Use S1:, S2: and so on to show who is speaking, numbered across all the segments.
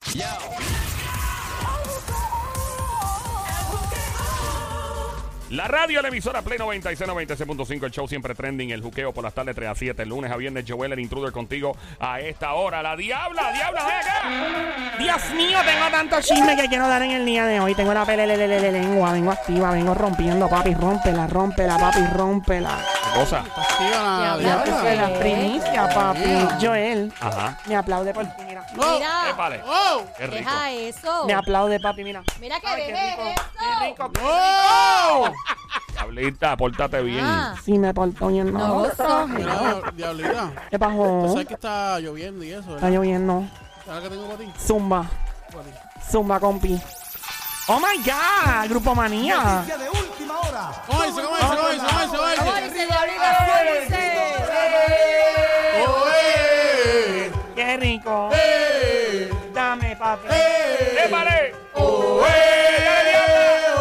S1: Oh.
S2: La radio, la emisora Play 96, 96.5, el show siempre trending, el juqueo por las tardes 3 a 7, el lunes a viernes, Joel, el intruder contigo a esta hora. La diabla, diabla, eh, ven acá.
S1: Dios mío, tengo tanto chisme que quiero dar en el día de hoy. Tengo la pelelelele lengua, vengo activa, vengo rompiendo, papi, rómpela, rómpela, papi, rómpela.
S2: Cosa.
S3: Ya,
S1: Ya
S3: ya,
S1: tú
S3: ya.
S1: sabes, las primicias, papi. Joel,
S2: Ajá.
S1: me aplaude por ti,
S2: Eh,
S1: mira.
S3: Mira,
S4: Ah,
S2: vale.
S4: oh,
S2: Qué rico.
S3: deja eso.
S1: Me aplaude, papi, mira.
S3: Mira que
S1: Ay, qué
S3: bebé
S1: rico,
S3: es
S1: qué
S3: eso.
S1: rico.
S2: Diablita, pórtate bien.
S3: Ah,
S1: Sí, me portó bien,
S3: no
S1: no.
S3: gozo.
S4: Mira, diablita,
S1: ¿Qué pasó?
S4: sabes que está lloviendo y eso,
S1: Está
S4: ¿verdad?
S1: lloviendo.
S4: ¿Sabes qué tengo para ti?
S1: Zumba.
S4: Para ti.
S1: Zumba, compi. Oh my God, Grupo Manía.
S5: Noticia de última hora.
S4: ¿Cómo dice? ¿Cómo dice? ¿Cómo dice? ¿Cómo dice? ¿Cómo
S3: ¿Cómo
S4: dice?
S3: dice diablita? ¿Cómo dice?
S4: ¡Oe!
S1: Qué rico. Dame, papi.
S4: ¡Eh!
S2: ¡Épale!
S4: ¡Oe!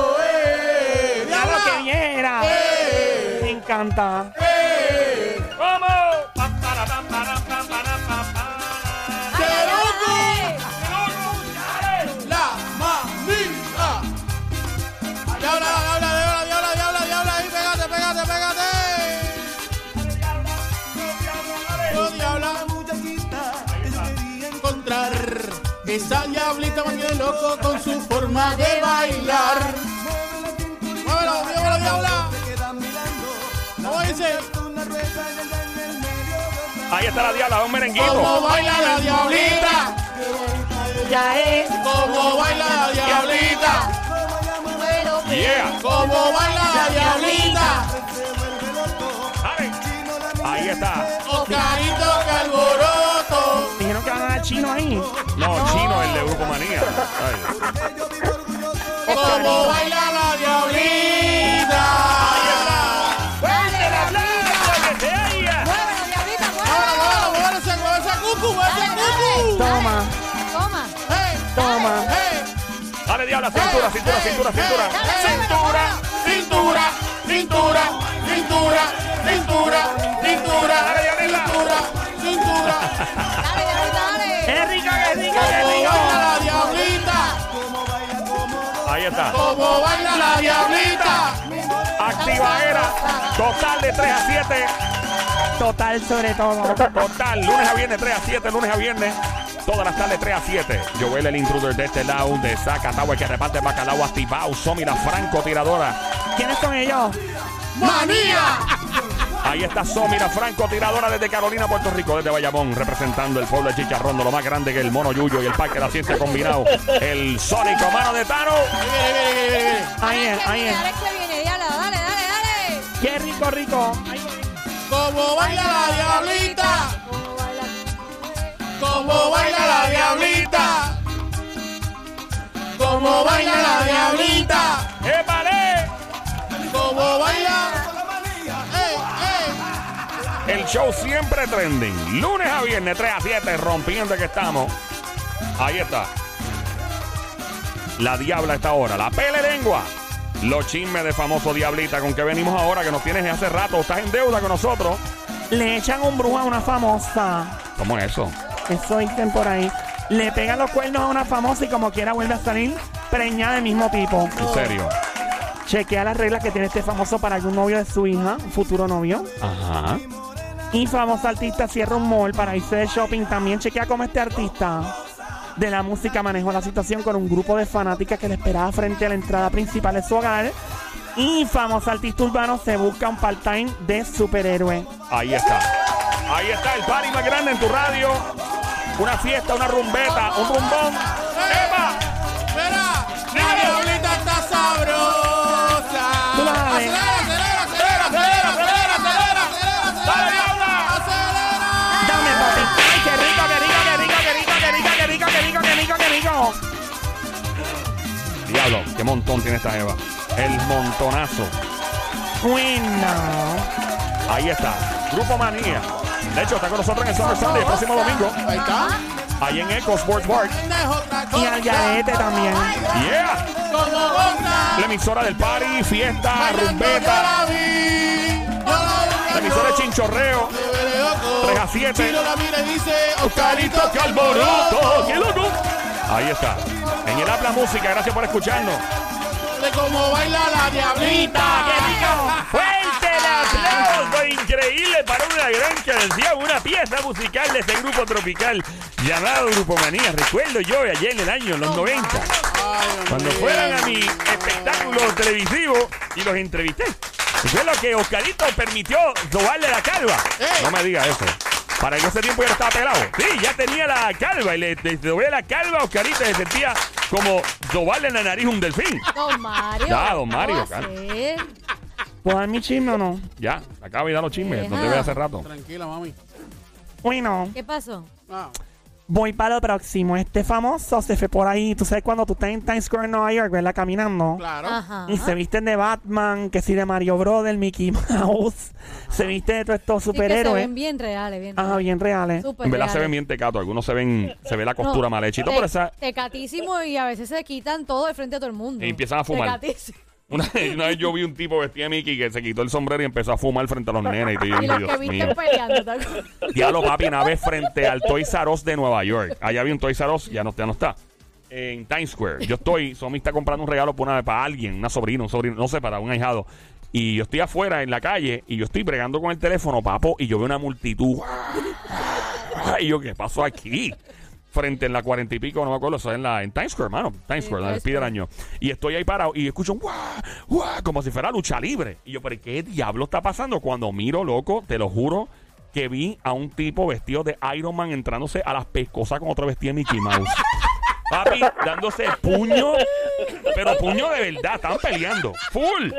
S4: ¡Oe!
S1: Ya lo que
S4: ¡Diabla!
S1: viera. Me encanta.
S4: ¡Eh!
S2: ¡Vamos! Pam, para, pam, para, pam, para, pam, para.
S3: ¡Ay, ay,
S4: ¡La mamita! ¡Diabla, diabla, diabla, diabla, diabla, diabla! ¡Ahí, pégate, pégate, pégate! ¡Yo, diabla!
S5: Muchachita que yo quería
S4: encontrar esa diablita manía loco con su forma de bailar.
S5: Mueve la cinturita.
S4: ¡Muévelo, muévelo, diabla!
S5: Te quedan mirando.
S4: ¿Cómo dice?
S5: Una rueda en el- en el medio.
S2: Ahí está la diabla, un
S4: ¿Cómo
S2: merenguito.
S4: baila la diablita?
S1: Ya es.
S4: ¿Cómo baila la diablita?
S5: Como llama,
S3: Bueno,
S2: Yeah.
S4: ¿Cómo baila la diablita?
S5: se vuelve loco.
S2: Dale.
S5: Si no la mira,
S2: Ahí está.
S4: Ocarito Calboroto.
S1: Dijeron que van a dar chino ahí.
S2: No, chino, el de Grupo Manía. Ay.
S5: que yo vivo orgulloso.
S4: ¿Cómo baila la diablita?
S2: ¡Que te haya!
S3: bueno, diablita,
S4: ¡Ahora, ahora,
S3: bueno.
S4: ahora! ¡Se mueve esa cucu, mueve esa cucu!
S1: Toma,
S3: Toma.
S4: ¡Hey,
S1: toma.
S4: hey!
S2: Dale, diabla, cintura, cintura, cintura, cintura.
S4: Cintura, cintura, cintura, cintura, cintura, cintura, cintura, cintura.
S3: Dale, diablita, dale.
S1: Qué rico, qué rico, qué
S4: Como
S1: rico.
S4: baila la diablita,
S2: Ahí está.
S4: como baila la diablita.
S2: Activadera. Total de 3 a 7.
S1: Total sobre todo.
S2: Total, lunes a viernes 3 a 7, lunes a viernes. Todas las tardes 3 a 7. Joel el intruder de este lado, de Zacatau, el que reparte bacalao activado. Somi la francotiradora.
S1: ¿Quiénes son ellos?
S4: Manía.
S2: Ahí está Somi la francotiradora desde Carolina, Puerto Rico, desde Bayamón, representando el pueblo de Chicharrón, de lo más grande que el Mono Yuyo y el Parque de la Ciencia combinado. El Sónico Mano de Tano.
S4: Viene, viene, viene, viene.
S1: Ahí es,
S3: Dale,
S1: ahí
S3: que viene,
S1: es.
S3: dale, que viene, diabla, dale, dale, dale.
S1: Qué rico, rico. Ay,
S4: Como baila la diablita,
S3: ¿Cómo baila?
S4: como baila la diablita, como baila la diablita,
S2: ¡Épale!
S4: como baila. Eh,
S5: Con la manía.
S4: ¡Ey, ey!
S2: El show siempre trending. Lunes a viernes 3 a 7, rompiendo que estamos. Ahí está. La diabla está ahora. La pele lengua. Los chismes de famoso diablita con que venimos ahora, que nos tienes hace rato. Estás en deuda con nosotros.
S1: Le echan un brujo a una famosa.
S2: ¿Cómo es eso?
S1: Eso dicen por ahí. Le pegan los cuernos a una famosa y como quiera vuelve a salir preñada del mismo tipo.
S2: En serio.
S1: Chequea las reglas que tiene este famoso para algún novio de su hija, futuro novio.
S2: Ajá.
S1: Y famoso artista cierra un mall para irse de shopping. También chequea cómo este artista de la música manejó la situación con un grupo de fanáticas que le esperaba frente a la entrada principal de su hogar. Y famoso artista urbano se busca un part-time de superhéroe.
S2: Ahí está. Ahí está el party más grande en tu radio. Una fiesta, una rumbeta, un rumbón. ¡Epa!
S4: Espera, la diablita está sabrosa.
S1: Tú la sabes.
S4: Acelera, acelera, acelera, acelera, acelera, acelera, acelera,
S2: Dale,
S4: acelera.
S2: diabla.
S4: Acelera.
S1: ¡Dame, papi! ¡Ay, qué rico, qué rico, qué rico, qué rico, qué rico, qué rico, qué rico, qué rico, qué rico!
S2: Diablo, qué montón tiene esta Eva. El montonazo.
S1: Bueno.
S2: Ahí está, Grupo Manía. De hecho, está con nosotros en el Summer Sunday el próximo domingo,
S4: Ahí está.
S2: ahí en Eco Sports Park.
S4: Esta es otra
S1: Y
S4: cosa.
S1: al garete también.
S2: Yeah,
S4: Como otra.
S2: la emisora del party, fiesta,
S4: Bailando
S2: rumbeta,
S4: yo la vi. Yo
S2: la
S4: la vi.
S2: emisora de chinchorreo.
S4: Se ve loco.
S2: Tres a siete.
S4: Chino la mira y dice,
S2: Carito
S4: Oscarito,
S2: Calboroto, qué loco. Ahí está. En el Habla Música, gracias por escucharnos.
S4: De cómo baila la diablita.
S2: ¡Fuerte el aplauso! Increíble para una gran canción, una pieza musical de este grupo tropical llamado Grupo Manía. Recuerdo yo ayer en el año, en los 90, cuando fueron a mi espectáculo televisivo y los entrevisté. Y Fue lo que Oscarito permitió robarle la calva.
S4: ¡Ey!
S2: No me diga eso. Para que ese tiempo ya estaba pelado. Sí, ya tenía la calva y le, le robé la calva a Oscarito y se sentía como robarle en la nariz un delfín.
S3: Don Mario.
S2: Ya, don
S3: ¿qué
S2: Mario,
S3: va a
S2: claro.
S3: hacer?
S1: ¿Puedo dar mi chisme o no?
S2: Ya, acaba de dar los chismes, no te
S3: Ajá.
S2: veo hace rato.
S3: Pues
S4: Tranquila, mami.
S1: Uy, no.
S3: ¿Qué pasó?
S4: Ah,
S1: Voy para lo próximo. Este famoso se fue por ahí. Tú sabes cuando tú estás en Times Square, Nueva York, ¿verdad? Caminando.
S4: claro.
S3: Ajá.
S1: Y se visten de Batman, que sí, de Mario Bros, del Mickey Mouse. Se visten de todos estos
S3: Sí, que se
S1: superhéroes.
S3: ven bien reales, bien
S1: Ajá, bien reales.
S3: Súper
S2: En verdad se
S3: reales.
S2: ven bien tecato, algunos se ven, se ve la
S3: No, eh.
S2: costura mal hecha y todo,
S3: te-
S2: pero esa
S3: Tecatísimo y a veces se quitan todo de frente a todo el mundo.
S2: Y empiezan a fumar.
S3: Tecatísimo.
S2: una, una vez yo vi un tipo vestido de Mickey que se quitó el sombrero y empezó a fumar frente a los nenes y,
S3: Y
S2: yo,
S3: los que
S2: Dios mío.
S3: viste peleando. ¿te acuerdas?
S2: Diablo papi, una vez frente al Toys R Us de Nueva York. Allá había un Toys R Us, ya no, ya no está. En Times Square. Yo estoy, Somi está comprando un regalo para, una- para alguien, una sobrina, un sobrino, no sé, para un ahijado. Y yo estoy afuera en la calle y yo estoy bregando con el teléfono, papo, y yo veo una multitud. Y yo, ¿qué pasó aquí? Frente en la cuarenta y pico, no me acuerdo, eso es en, la, en Times Square, hermano. Times Square, la
S3: Times
S2: despide del año. Y estoy ahí parado y escucho un guau, guau, como si fuera lucha libre. Y yo, ¿pero qué diablo está pasando? Cuando miro, loco, te lo juro, que vi a un tipo vestido de Iron Man entrándose a las pescosas con otro vestido de Mickey Mouse. Papi, dándose puño, pero puño de verdad, estaban peleando, full.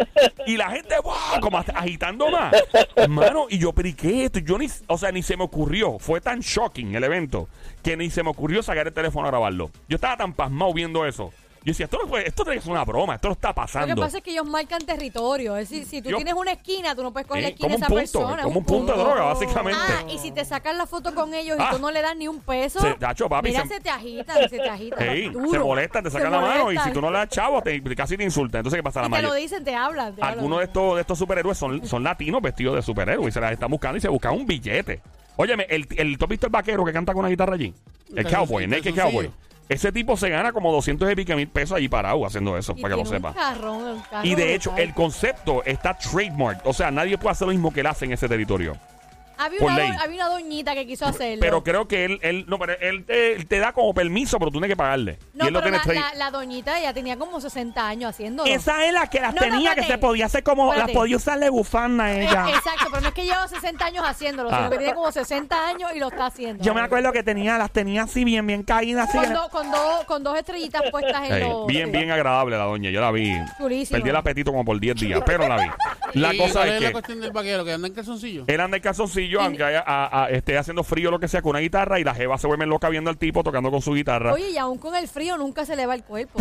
S2: Y la gente, ¡guau! como hasta agitando más. Hermano, y yo, pero ¿y qué es esto? Yo ni, o sea, ni se me ocurrió, fue tan shocking el evento, que ni se me ocurrió sacar el teléfono a grabarlo. Yo estaba tan pasmado viendo eso. Yo decía, esto, no puede- esto es una broma, esto no está
S3: Lo que
S2: pasando.
S3: pasa es que ellos marcan territorio. Es decir, si tú
S2: Yo-
S3: tienes una esquina, tú no puedes coger la
S2: Eh,
S3: esquina
S2: como
S3: de
S2: un
S3: esa
S2: punto,
S3: persona.
S2: como un punto de droga, básicamente.
S3: Ah, y si te sacan la foto con ellos
S2: Ah.
S3: y tú no le das ni un peso.
S2: Se- tacho, papi,
S3: mira,
S2: se-
S3: se, te agitan, se te agitan.
S2: Ey,
S3: duro.
S2: se molestan, te
S3: Se
S2: sacan la mano y si
S3: molestan.
S2: tú no le das chavo, te, casi te insultan. Entonces, ¿qué pasa? La
S3: Y te lo
S2: mayoría-
S3: dicen, te hablan. te hablan.
S2: Algunos de estos, de estos superhéroes son, son latinos vestidos de superhéroes y se las están buscando y se buscan un billete. Óyeme, el, el ¿tú has visto el vaquero que canta con una guitarra allí? El
S4: Calzoncillo,
S2: cowboy, el naked
S4: calzoncillo.
S2: cowboy. Ese tipo se gana como 200 y pico mil pesos allí parado haciendo eso,
S3: Y
S2: para que lo
S3: tiene un
S2: sepa.
S3: carrón, un carro
S2: Y de hecho,
S3: brutal.
S2: el concepto está trademark. O sea, nadie puede hacer lo mismo que él hace en ese territorio.
S3: había,
S2: por
S3: una,
S2: ley.
S3: do- había una doñita que quiso hacerlo.
S2: Pero creo que él, él no, pero él te, él te da como permiso, pero tú tienes que pagarle.
S3: no,
S2: y él lo
S3: pero
S2: tiene
S3: la,
S2: trade-
S3: la- la doñita ya tenía como 60 años haciéndolo.
S1: Esa es la que las
S3: No, no,
S1: tenía, que
S3: espérate.
S1: se podía hacer como, las
S3: Espérate.
S1: podía usar de bufanda ella.
S3: Eh, Exacto, pero no es que lleva 60 años haciéndolo,
S2: Ah.
S3: sino que tiene como 60 años y lo está haciendo.
S1: Yo me acuerdo que tenía, las tenía así bien, bien caídas, así.
S3: Con, do- con dos- con dos estrellitas puestas en
S2: Ey,
S3: los.
S2: bien,
S3: sí.
S2: bien agradable la doña. Yo la vi.
S3: Chulísima.
S2: Perdí el apetito como por 10 días, pero la vi. La
S4: ¿Y
S2: cosa
S4: cuál
S2: es
S4: la
S2: que Eh,
S4: cuestión del vaquero que anda en calzoncillo.
S2: él anda en calzoncillo, aunque haya- a- a- esté haciendo frío lo que sea, con una guitarra y la jeva se vuelve loca viendo al tipo tocando con su guitarra.
S3: Oye, y aún con el frío nunca se le va el cuerpo.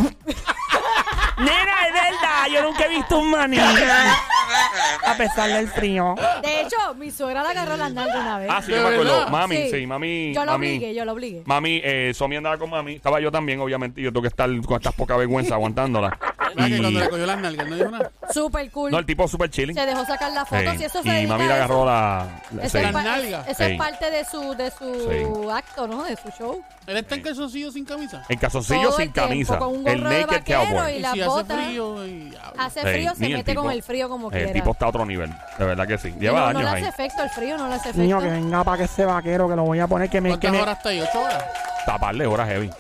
S1: Nena, es verdad, yo nunca he visto un maní. A pesar del frío.
S3: De hecho, mi suegra la agarró las nalgas una vez.
S2: Ah, sí,
S4: ¿De
S2: yo me acuerdo.
S4: verdad?
S2: Mami, sí, mami.
S3: Yo lo
S2: mami.
S3: obligué, yo lo obligué.
S2: Mami, eh, Somi andaba con mami. Estaba yo también, obviamente. y Yo tengo que estar con estas poca vergüenza aguantándola.
S4: ¿Verdad Ah, que
S2: Y-
S4: cuando le cogió las nalgas no dijo nada?
S3: Super cool.
S2: no, el tipo súper chilling.
S3: Se dejó sacar la foto.
S2: Ey,
S3: Si eso se
S2: y
S3: dedica
S2: mami
S3: a
S2: le
S3: eso-
S2: agarró la. la-
S3: Eso,
S2: sí.
S3: es, pa-
S4: nalga.
S3: eso es
S2: Ey.
S3: parte de su, de su acto, ¿no? De su show.
S4: Él está
S2: Eh.
S4: en calzoncillo sin camisa.
S2: En calzoncillo
S3: Todo el
S2: sin camisa.
S3: tiempo, con un
S2: el
S3: gorro de
S2: naked
S3: vaquero
S2: cowboy.
S3: y
S4: Y
S3: las
S4: si hace
S3: botas. Ah,
S4: frío y... habla.
S3: Hace
S2: Ey,
S3: frío, se
S2: ni el
S3: mete
S2: tipo- eh,
S3: con el frío como
S2: El
S3: quiera.
S2: tipo está a otro nivel, de verdad que sí.
S3: Y
S2: Lleva
S3: no,
S2: años
S3: no le
S2: ahí.
S3: hace efecto el frío, no le hace efecto.
S1: Niño, que venga para que ese vaquero, que lo voy a poner, que me, que
S4: ¿Cuántas
S1: me-
S4: horas está ahí? ¿Ocho horas?
S2: Taparle horas heavy.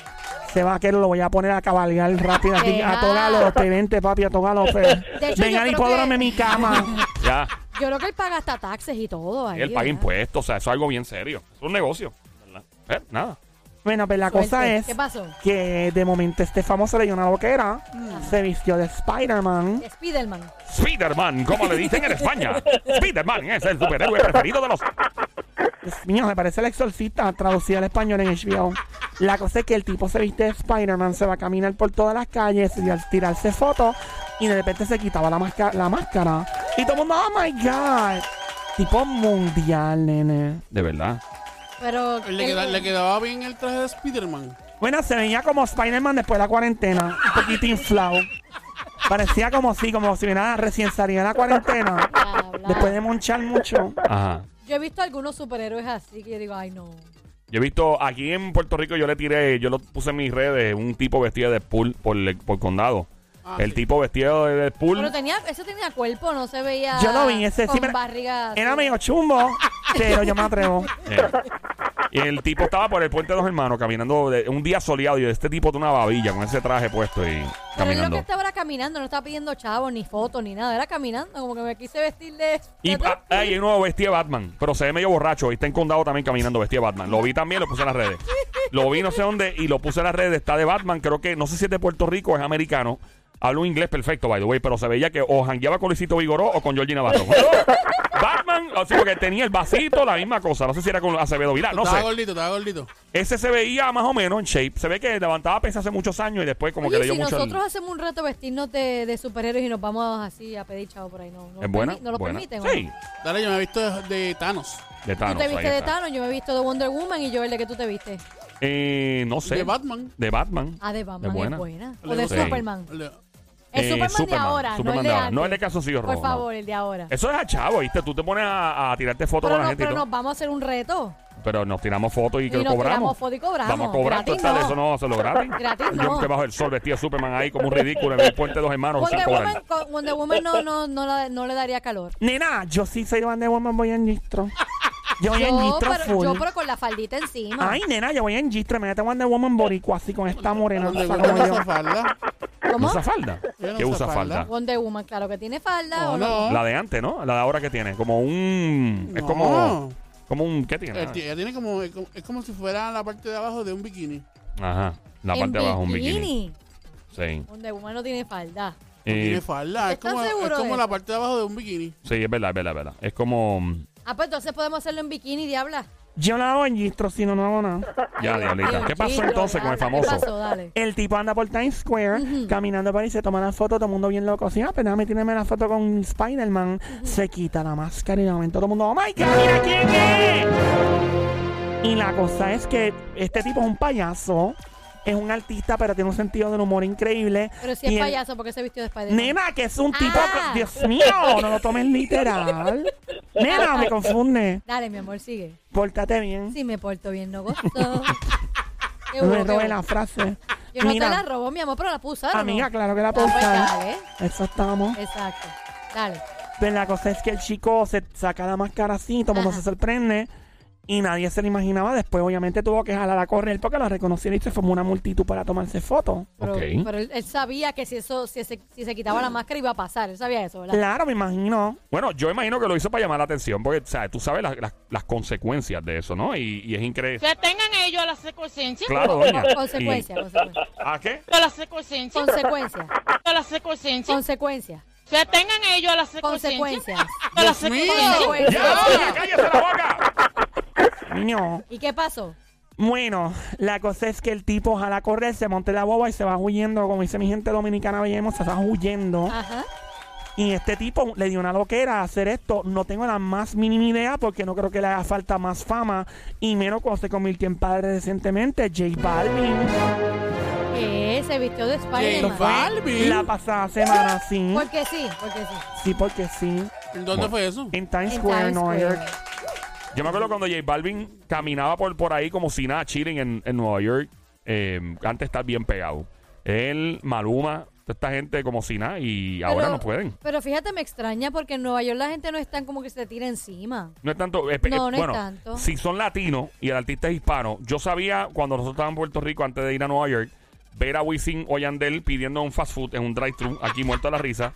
S1: ese vaquero lo voy a poner a cabalgar rápido aquí. A
S3: Deja.
S1: todo galope, vente, papi, a todo galope.
S3: De hecho,
S1: Venga
S3: yo
S1: al
S3: creo
S1: hipódromo
S3: que-
S1: mi cama.
S2: Ya,
S3: Yo creo que él paga hasta taxes y todo. Ahí,
S2: él paga
S3: ¿verdad?
S2: impuestos, o sea, eso es algo bien serio. Es un negocio. ¿verdad? Eh, nada.
S1: Bueno, pues la cosa
S3: Suerte.
S1: es
S3: ¿Qué pasó?
S1: que de momento este famoso le dio una loquera,
S3: Mm.
S1: se vistió de Spider-Man.
S3: Spiderman.
S2: Spiderman, como le dicen en España. Spiderman es el superhéroe preferido de los...
S1: Dios mío, me parece el exorcista traducida al español en HBO. La cosa es que el tipo se viste de Spider-Man, se va a caminar por todas las calles y al tirarse fotos y de repente se quitaba la, masca- la máscara. Y todo el mundo, oh my god. Tipo mundial, nene.
S2: De verdad.
S3: Pero.
S4: Él le,
S3: él-
S4: queda- le quedaba bien el traje de Spiderman.
S1: Bueno, se veía como Spider-Man después de la cuarentena, un poquito inflado. Parecía como si, como si hubiera recién salido de la cuarentena,
S3: Habla.
S1: después de monchar mucho.
S2: Ajá.
S3: Yo he visto algunos superhéroes así que yo digo, ay no.
S2: Yo he visto aquí en Puerto Rico, yo le tiré, yo lo puse en mis redes, un tipo vestido de pool por, el- por condado.
S3: Ah,
S2: el tipo vestido de, de pool.
S3: Pero tenía, eso tenía cuerpo, no se veía.
S1: Yo lo vi, ese
S3: con
S1: sí me-
S3: barriga.
S1: Era
S3: así.
S1: medio chumbo, pero yo me atrevo.
S2: Eh. Y el tipo estaba por el puente de los hermanos caminando de- un día soleado. Y yo, este tipo de una babilla con ese traje puesto y
S3: Pero él lo que
S2: caminando.
S3: estaba era caminando, no estaba pidiendo chavos, ni fotos, ni nada. Era caminando, como que me quise vestir de.
S2: Y
S3: de-
S2: ah, hay un nuevo vestido de Batman, pero se ve medio borracho. Y está en condado también caminando vestido de Batman. Lo vi también, lo puse en las redes. Lo vi no sé dónde y lo puse en las redes. Está de Batman, creo que no sé si es de Puerto Rico, es americano. Habla un inglés perfecto, by the way, pero se veía que o jangueaba con Luisito Vigoró o con Georgina Navarro. Batman, así porque tenía el vasito, la misma cosa. No sé si era con Acevedo Vilá, Ah, no
S4: estaba
S2: sé.
S4: gordito, estaba gordito.
S2: Ese se veía más o menos en shape. Se ve que levantaba pesas hace muchos años y después como que
S3: Oye,
S2: le dio
S3: si
S2: mucho. al-
S3: nosotros hacemos un reto vestirnos de, de superhéroes y nos vamos así a pedir chavo por ahí, ¿no? ¿No
S2: ¿Es buena?
S3: ¿No lo
S2: buena.
S3: permiten? ¿o no?
S2: Sí,
S4: Dale, yo me he visto de, de Thanos.
S2: de
S3: Tú
S2: Thanos.
S3: te
S2: ahí
S3: viste de
S2: está.
S3: Thanos, yo me he visto de Wonder Woman y yo el de que tú te viste.
S2: Eh, no sé.
S4: De Batman.
S2: De Batman.
S3: Ah, de Batman,
S2: Es
S3: es
S2: buena.
S3: buena. O de
S2: Sí.
S3: Superman.
S4: Le-
S3: El
S2: Eh,
S3: Superman, de
S2: Superman,
S3: ahora, no
S2: Superman
S3: el de
S2: de ahora.
S3: antes.
S2: No el de calzoncillos
S3: Por
S2: rojos, no.
S3: favor, el de ahora.
S2: Eso es a chavo, ¿viste? Tú te pones a, a tirarte fotos
S3: Pero,
S2: con la
S3: no-
S2: gente.
S3: pero
S2: y todo.
S3: nos vamos a hacer un reto.
S2: Pero nos tiramos fotos y, que
S3: Y nos
S2: cobramos.
S3: tiramos fotos y cobramos.
S2: Vamos a cobrar.
S3: Gratis
S2: tú estás,
S3: no.
S2: Eso no se lo gratis.
S3: Gratis
S2: Y Yo
S3: no.
S2: que bajo el sol vestido de Superman ahí como un ridículo en el puente de los hermanos. sin
S3: Wonder
S2: cobrar.
S3: Woman, con- Wonder Woman no, no, no, la- no le daría calor.
S1: Nena, yo sí soy Wonder Woman, voy en gistro. Yo voy en
S3: Yo
S1: gistro
S3: pero,
S1: full.
S3: yo, pero con la faldita encima.
S1: Ay, nena, yo voy en gistro. Mírate Wonder Woman boricua así con esta morena.
S4: Donde
S1: como
S4: guarda
S1: yo.
S4: esa falda.
S2: ¿No
S3: ¿Cómo?
S2: usa falda?
S4: Yo no
S2: ¿Qué
S4: uso
S2: usa
S4: falda.
S2: falda?
S3: Wonder Woman, claro que tiene falda.
S4: Oh,
S3: ¿o no?
S4: no.
S2: La de antes, ¿no? La de ahora que tiene. Como un. Es
S4: No.
S2: como. Como un. ¿Qué tiene?
S4: El- Ella tiene como, es como, es como si fuera la parte de abajo de un bikini.
S2: Ajá. La
S3: En
S2: parte de abajo, un bikini. Sí.
S3: Wonder Woman no tiene falda.
S4: No
S2: Eh,
S4: tiene falda. Es
S3: ¿Estás
S4: como, es
S3: seguro de
S4: como la
S3: eso?
S4: parte de abajo de un bikini.
S2: sí, es verdad, es verdad, es verdad. Es como.
S3: Ah, pues entonces podemos hacerlo en bikini, diabla.
S1: Yo no hago en gistro, si no, no hago nada.
S2: Ya, diablita.
S3: Dios,
S2: ¿Qué pasó
S3: chico,
S2: entonces con el
S3: diabla, ¿Qué
S2: famoso?
S3: pasó? Dale.
S1: El tipo anda por Times Square, caminando por ahí, se toma la foto, todo el mundo bien loco. Sí, ah, pero déjame tirarme la foto con Spider-Man. Se quita la máscara y de momento todo el mundo, ¡Oh my God, mira quién es! Y la cosa es que este tipo es un payaso, es un artista, pero tiene un sentido del humor increíble.
S3: Pero si
S1: Y
S3: es
S1: el-
S3: payaso, porque se vistió de Spider-Man?
S1: Nena, que es un tipo.
S3: Ah.
S1: que- Dios mío, no lo tomes literal. Nena, me confunde.
S3: Dale, mi amor, sigue.
S1: Pórtate bien.
S3: Si me porto bien, no gosto. Qué
S1: No me
S3: bueno, qué
S1: robes
S3: bueno.
S1: la frase.
S3: Yo no te la robo, mi amor, pero la puse. ¿o no?
S1: amiga, claro que la
S3: Ah,
S1: puedo
S3: pues
S1: usar.
S3: dale.
S1: Eso estamos.
S3: Exacto. Dale.
S1: Pero la cosa es que el chico se saca la máscara así, todo el mundo
S3: Ajá.
S1: se sorprende. Y nadie se lo imaginaba. Después, obviamente, tuvo que jalar a correr porque lo reconocieron y se formó una multitud para tomarse fotos.
S3: Pero,
S2: Ok.
S3: pero él, él sabía que si eso, si se, si se quitaba la máscara iba a pasar. Él sabía eso, ¿verdad?
S1: Claro, me imagino.
S2: Bueno, yo imagino que lo hizo para llamar la atención, porque o sea, tú sabes las, las- las consecuencias de eso, ¿no? Y, y es increíble.
S6: Que tengan ellos las consecuencias.
S2: Claro, doña.
S3: Consecuencia,
S2: Y-
S3: consecuencia.
S2: ¿A qué?
S6: Las consecuencias.
S3: Consecuencia.
S6: Las consecuencias.
S3: Consecuencia.
S6: Que tengan ellos las consecuencias.
S3: Consecuencias.
S6: Las
S4: Dios mío.
S6: consecuencias.
S2: ¡Ya, doña, cállese la boca!
S1: No.
S3: ¿Y qué pasó?
S1: Bueno, la cosa es que el tipo jala a correr, se monte la boba y se va huyendo. Como dice mi gente dominicana, veíamos, se va huyendo.
S3: Ajá.
S1: Y este tipo le dio una loquera a hacer esto. No tengo la más mínima idea porque no creo que le haga falta más fama. Y menos cuando se convirtió en padre recientemente, J Balvin.
S3: ¿Qué? Se vistió de
S4: J
S3: Spider-Man.
S4: Balvin.
S1: La pasada semana, sí.
S3: Porque sí, porque sí.
S1: Sí, porque sí.
S4: ¿Dónde fue eso?
S1: En Times
S3: En
S1: Square,
S3: Times
S1: Nueva
S3: Square.
S1: York.
S2: Yo me acuerdo cuando J Balvin caminaba por, por ahí como si nada, chilling en, en Nueva York, eh, antes de estar bien pegado. Él, Maluma, toda esta gente como si nada, y ahora
S3: Pero-
S2: no pueden.
S3: Pero fíjate, me extraña porque en Nueva York la gente no es tan como que se tira encima.
S2: No es tanto. eh, pe-
S3: No, no es
S2: bueno,
S3: tanto.
S2: Si son latinos y el artista es hispano, yo sabía cuando nosotros estábamos en Puerto Rico antes de ir a Nueva York, ver a Wisin o Yandel pidiendo un fast food en un drive-thru, aquí muerto a la risa.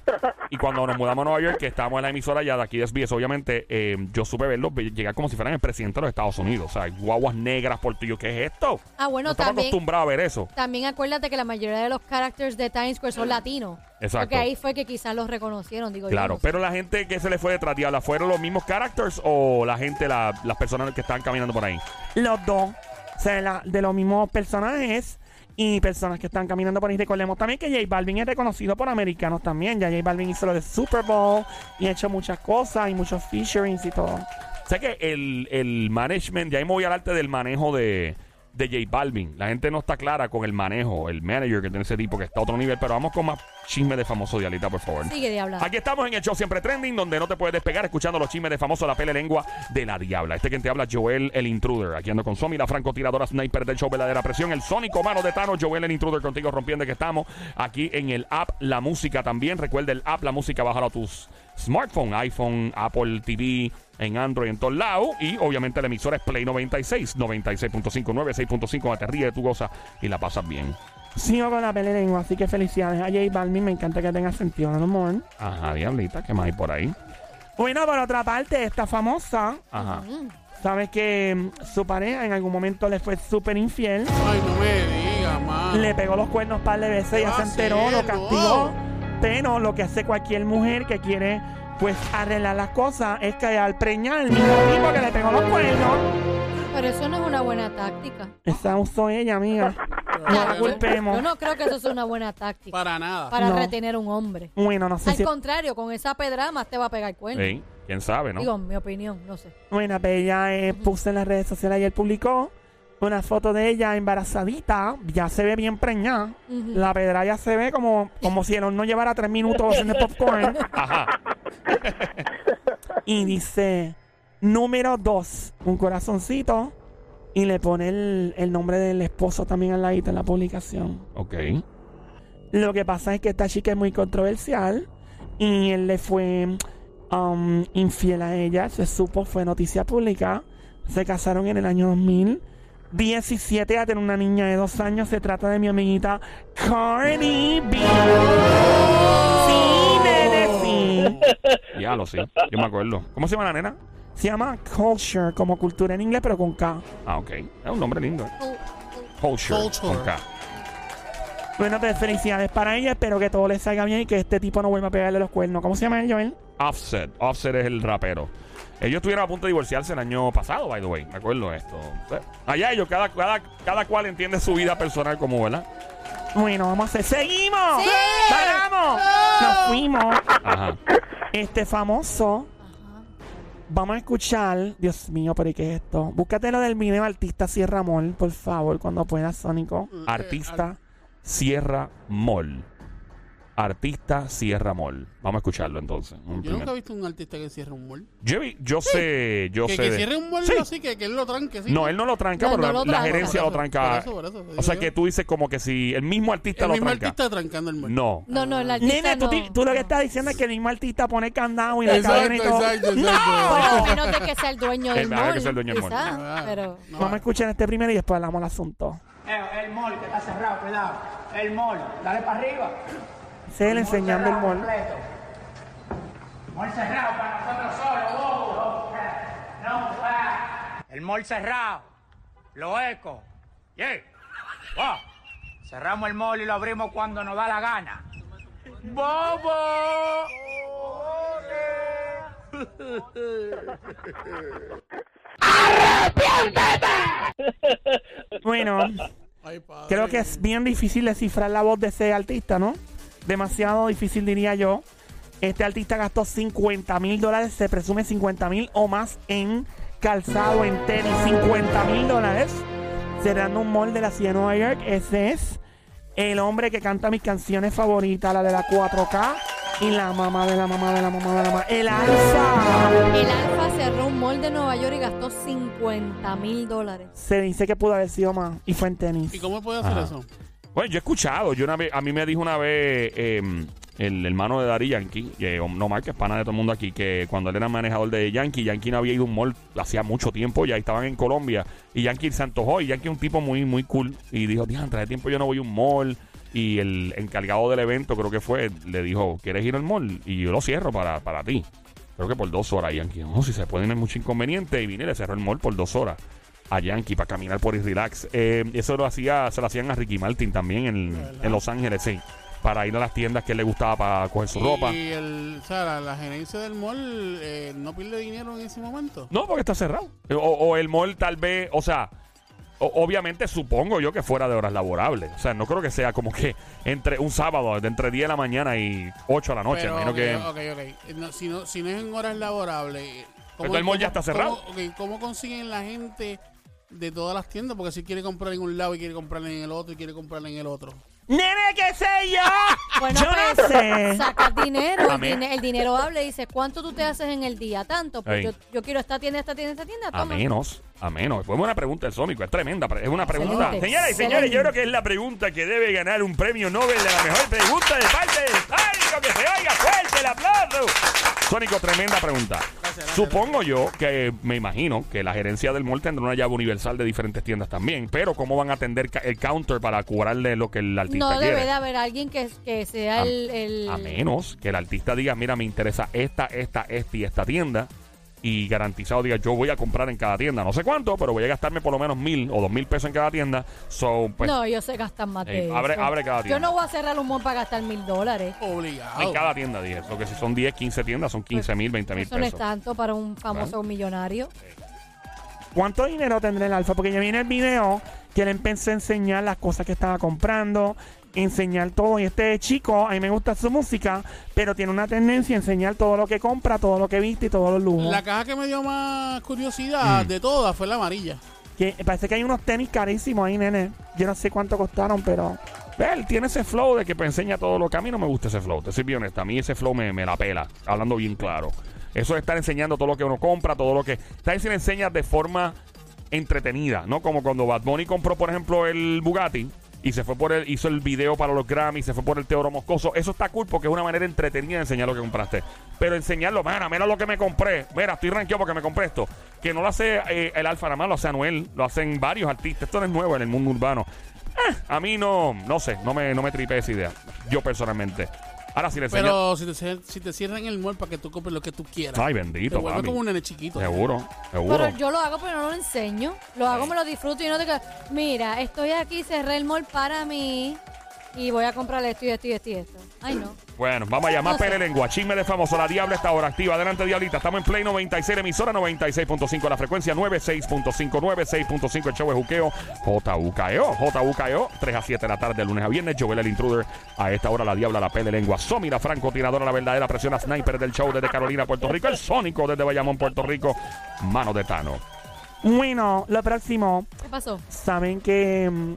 S2: Y cuando nos mudamos a Nueva York, que estábamos en la emisora ya de aquí de SBS, obviamente, eh, yo supe verlos ve- llegar como si fueran el presidente de los Estados Unidos. O sea, guaguas negras por tuyo. ¿Qué es esto?
S3: Ah, bueno,
S2: no estamos
S3: también-
S2: acostumbrados a ver eso.
S3: También acuérdate que la mayoría de los characters de Times Square son latinos.
S2: Exacto.
S3: Porque ahí fue que quizás los reconocieron, digo yo,
S2: Claro,
S3: no sé.
S2: pero la gente que se le fue detrás, diabla, ¿fueron los mismos characters o la gente, la- las personas que estaban caminando por ahí?
S1: Los dos. O sea, la- de los mismos personajes y personas que están caminando por ahí. Recordemos también que J Balvin es reconocido por americanos también. Ya J Balvin hizo lo de Super Bowl y ha hecho muchas cosas y muchos featurings y todo.
S2: sé que el, el management, ya ahí me voy al arte del manejo de, de J Balvin. La gente no está clara con el manejo, el manager que tiene ese tipo que está a otro nivel. Pero vamos con más chisme de famoso dialita, por favor.
S3: Sigue de hablar.
S2: Aquí estamos en el show Siempre Trending, donde no te puedes despegar escuchando los chismes de famoso la pele lengua de la diabla. Este quien te habla, Joel el Intruder. Aquí ando con Somi, la francotiradora sniper del show Verdadera Presión, el sónico mano de Tano, Joel el Intruder contigo rompiendo que estamos aquí en el app La Música también. Recuerda el app La Música, bájalo a tus smartphone, iPhone, Apple TV, en Android, en todos lados. Y obviamente la emisora es Play 96, 96.5, 96.5. Te ríes, tú gozas y la pasas bien.
S1: Sigo con la pelea de lengua, así que felicidades a J Balvin. Me encanta que tenga sentido del humor.
S2: Ajá, diablita, ¿qué más hay por ahí?
S1: Bueno, por otra parte, esta famosa,
S2: Ajá.
S1: sabes que mm, su pareja en algún momento le fue súper infiel.
S4: Ay, no me diga, man.
S1: Le pegó los cuernos par de veces,
S4: Ah. ¿Qué
S1: ya
S4: va
S1: se
S4: a
S1: enteró,
S4: hacer?
S1: lo
S4: No.
S1: castigó. Pero lo que hace cualquier mujer que quiere pues arreglar las cosas es que al preñar al mismo tipo que le pegó los cuernos,
S3: Pero eso no es una buena táctica.
S1: esa usó ella, amiga. No
S3: Ya,
S1: la
S3: yo-
S1: culpemos.
S3: Yo no creo que eso sea una buena táctica
S4: Para nada.
S3: para
S1: No.
S3: retener a un hombre.
S1: Bueno, no sé
S3: Al
S1: si...
S3: contrario, con esa pedra más te va a pegar cuerno.
S2: Ey, ¿Quién sabe, no?
S3: Digo, mi opinión, no sé.
S1: Bueno, pues ella eh, puso en las redes sociales ayer publicó una foto de ella embarazadita, ya se ve bien preñada.
S3: Ujú.
S1: La pedra ya se ve como, como si el horno llevara tres minutos haciendo popcorn.
S2: Ajá.
S1: Y dice, número dos, un corazoncito. Y le pone el, el nombre del esposo también al ladito en la publicación.
S2: Ok.
S1: Lo que pasa es que esta chica es muy controversial y él le fue um, infiel a ella. Se supo, fue noticia pública. Se casaron en el año 2017 a tener una niña de dos años. Se trata de mi amiguita Cardi B. Sí, nene, sí.
S2: Ya lo sí. Yo me acuerdo. ¿Cómo se llama la nena?
S1: Se llama Culture, como cultura en inglés, pero con K.
S2: Ah, ok. Es un nombre lindo. ¿eh? Culture.
S4: Culture.
S2: Con K.
S1: Bueno, pues felicidades para ella. Espero que todo le salga bien y que este tipo no vuelva a pegarle los cuernos. ¿Cómo se llama él, Joel?
S2: Offset. Offset es el rapero. Ellos estuvieron a punto de divorciarse el año pasado, by the way. Me acuerdo de esto. Sí. Allá ellos, cada, cada, cada cual entiende su vida personal como, ¿verdad?
S1: Bueno, vamos a hacer. ¡Seguimos!
S3: ¡Sí!
S1: ¡Paramos! ¡Nos fuimos!
S2: Ajá.
S1: Este famoso. Vamos a escuchar. Dios mío, pero ¿y ¿qué es esto? Búscate lo del video artista Sierra Mol, por favor, cuando puedas, Sónico.
S2: Artista Sierra Mol. Artista Sierra Mol. Vamos a escucharlo entonces. Un
S4: Yo nunca
S2: primer-
S4: he visto un artista que cierre un mall.
S2: Yo, vi- yo sé, yo
S4: Que,
S2: sé.
S4: que
S2: de-
S4: cierre un mall
S2: Sí.
S4: así, que, que él lo tranque, sí.
S2: No, él no lo tranca,
S3: No,
S2: pero
S3: no
S2: la-
S3: lo
S2: la
S3: tranca.
S2: gerencia
S4: Por
S2: lo
S4: eso,
S2: tranca.
S4: por eso, por eso,
S2: o sea
S4: digo
S2: que
S4: yo.
S2: tú dices como que si el mismo artista
S4: El
S2: lo
S4: mismo
S2: tranca.
S4: artista trancando el mall.
S2: No.
S3: No, no, el artista
S1: Nene, tú,
S3: no.
S1: ti- tú lo que
S3: no.
S1: estás diciendo es que el mismo artista pone el candado y la cadena
S4: Exacto,
S1: y todo.
S4: exacto, exacto.
S3: Bueno, a menos de que sea el dueño del
S2: El- a ver que sea el
S3: mall,
S2: dueño del mall.
S3: quizá, pero...
S4: No,
S1: Vamos a escuchar este primero y después hablamos del asunto.
S7: Eh, el mall que está cerrado, cuidado. El mall, dale para arriba.
S1: Se él enseñando el
S7: cerrado
S1: mol.
S7: completo. Mall cerrado para nosotros solos, bobo. No, pa. El mall cerrado. Lo eco. Yeah. Wow. Cerramos el mall y lo abrimos cuando nos da la gana. ¡Bobo!
S1: Bueno,
S4: Ay, padre.
S1: creo que es bien difícil descifrar la voz de ese artista, ¿no? Demasiado difícil, diría yo. Este artista gastó 50 mil dólares, se presume 50 mil o más en calzado, en tenis. 50 mil dólares. Cerrando un mall de la ciudad de Nueva York. Ese es el hombre que canta mis canciones favoritas, la de la 4K. Y la mamá de la mamá de la mamá de la mamá. El alfa.
S3: El Alfa cerró un mall de Nueva York y gastó 50 mil dólares.
S1: Se dice que pudo haber sido más. Y fue en tenis.
S4: ¿Y cómo puede hacer
S2: Ajá.
S4: eso?
S2: Bueno, yo he escuchado, yo una vez, a mí me dijo una vez eh, el hermano de Dari Yankee, que no más que es pana de todo el mundo aquí, que cuando él era manejador de Yankee, Yankee no había ido a un mall hacía mucho tiempo, ya estaban en Colombia, y Yankee se antojó, y Yankee es un tipo muy, muy cool, y dijo, diantre, de tiempo yo no voy a un mall, y el encargado del evento, creo que fue, le dijo, ¿quieres ir al mall? Y yo lo cierro para, para ti. Creo que por dos horas, Yankee, no, si se puede, no hay mucho inconveniente, y vine y le cerró el mall por dos horas a Yankee para caminar por el relax. Eh, eso lo hacía, se lo hacían a Ricky Martin también en, en Los Ángeles, sí. Para ir a las tiendas que él le gustaba para coger su
S4: Y-
S2: ropa.
S4: Y el, o sea, la, la gerencia del mall eh, no pierde dinero en ese momento.
S2: No, porque está cerrado. O, o el mall tal vez, o sea, o- obviamente supongo yo que fuera de horas laborables. O sea, no creo que sea como que entre un sábado, de entre 10 de la mañana y 8 de la noche.
S4: Pero,
S2: imagino
S4: ok,
S2: que...
S4: ok, ok. Eh, no, si, no, si no es en horas laborables. eh,
S2: Pero el mall ya está cerrado.
S4: cómo- ok, ¿Cómo consiguen la gente de todas las tiendas, porque si quiere comprar en un lado y quiere comprar en el otro y quiere comprar en el otro.
S1: Nene, qué sé yo.
S3: Bueno,
S1: yo no
S3: pues,
S1: sé.
S3: sacas dinero, el,
S2: Amén.
S3: dine- el dinero habla y dice, ¿cuánto tú te haces en el día? Tanto, pues
S2: Ey.
S3: yo, yo quiero esta tienda, esta tienda, esta tienda,
S2: A
S3: toma.
S2: menos, a menos. Fue una pregunta del Sónico, es tremenda. Es una pregunta.
S3: Excelente,
S2: Señoras y señores,
S3: excelente.
S2: yo creo que es la pregunta que debe ganar un premio Nobel de la mejor pregunta de parte del Sónico. Que se oiga fuerte el aplauso. Sónico, tremenda pregunta. Supongo yo que me imagino que la gerencia del mall tendrá una llave universal de diferentes tiendas también. Pero, ¿cómo van a atender ca- el counter para cobrarle lo que el artista
S3: No
S2: quiere?
S3: debe de haber alguien que, que sea
S2: A-
S3: el... el-
S2: A menos que el artista diga, mira, me interesa esta, esta, esta y esta tienda. Y garantizado diga, yo voy a comprar en cada tienda. No sé cuánto, pero voy a gastarme por lo menos mil o dos mil pesos en cada tienda. So, pues,
S3: no, ellos se gastan más de
S2: Ey,
S3: eso.
S2: abre- abre cada
S3: Yo
S2: tienda.
S3: no voy a cerrar un mall para gastar mil dólares.
S2: en
S4: Obligado.
S2: cada tienda, dije. Lo que si son 10, 15 tiendas, son 15 mil, 20 mil
S3: Pues, Eso no es
S2: pesos.
S3: tanto para un famoso millonario.
S1: ¿Cuánto dinero tendrá el alfa? Porque yo vi en el video que le empecé a enseñar las cosas que estaba comprando, enseñar todo. Y este chico, a mí me gusta su música, pero tiene una tendencia a enseñar todo lo que compra, todo lo que viste y todos los lujos.
S4: La caja que me dio más
S2: Mm.
S4: curiosidad de todas fue la amarilla.
S1: Que parece que hay unos tenis carísimos ahí, nene. Yo no sé cuánto costaron, pero.
S2: Ve, Él tiene ese flow de que me enseña todo lo que a mí no me gusta ese flow. Te soy bien honesta. A mí ese flow me, me la pela, hablando bien claro. Eso de estar enseñando todo lo que uno compra, todo lo que. Está diciendo enseñas de forma entretenida, ¿no? Como cuando Bad Bunny compró, por ejemplo, el Bugatti y se fue por el. hizo el video para los Grammy, se fue por el Teoro Moscoso. Eso está cool porque es una manera entretenida de enseñar lo que compraste. Pero enseñarlo, mira, mira lo que me compré. Mira, estoy rankeado porque me compré esto. Que no lo hace eh, el Alfa nada más, lo hace Anuel, lo hacen varios artistas. Esto no es nuevo en el mundo urbano. Eh, a mí no, no sé, no me, no me tripe esa idea. Yo personalmente. Ahora sí le enseño.
S4: Pero si te, cier- si te cierran el mall para que tú compres lo que tú quieras.
S2: Ay,
S4: te
S2: bendito,
S4: vuelve
S2: papi.
S4: como un nene chiquito.
S2: Seguro, seguro.
S3: Pero yo lo hago, pero no lo enseño. Lo hago, me lo disfruto y no te quedo. Mira, estoy aquí, cerré el mall para mí y voy a comprarle esto y esto y esto y esto. Ay, no.
S2: Bueno, vamos allá. Más
S3: No sé.
S2: pele lengua. Chisme de famoso. La Diabla está ahora activa. Adelante, Diablita. Estamos en Play 96, emisora 96.5. La frecuencia 96.5, 96.5. El show de juqueo. JUKEO. JUKEO. 3 E a 7 de la tarde, de lunes a viernes. Joel el intruder. A esta hora, la Diabla, la pele lengua. Somi, la francotiradora, la verdadera presión a sniper del show desde Carolina, Puerto Rico. El Sónico desde Bayamón, Puerto Rico. Mano de Tano.
S1: Bueno, lo próximo.
S3: ¿Qué pasó?
S1: Saben que mm,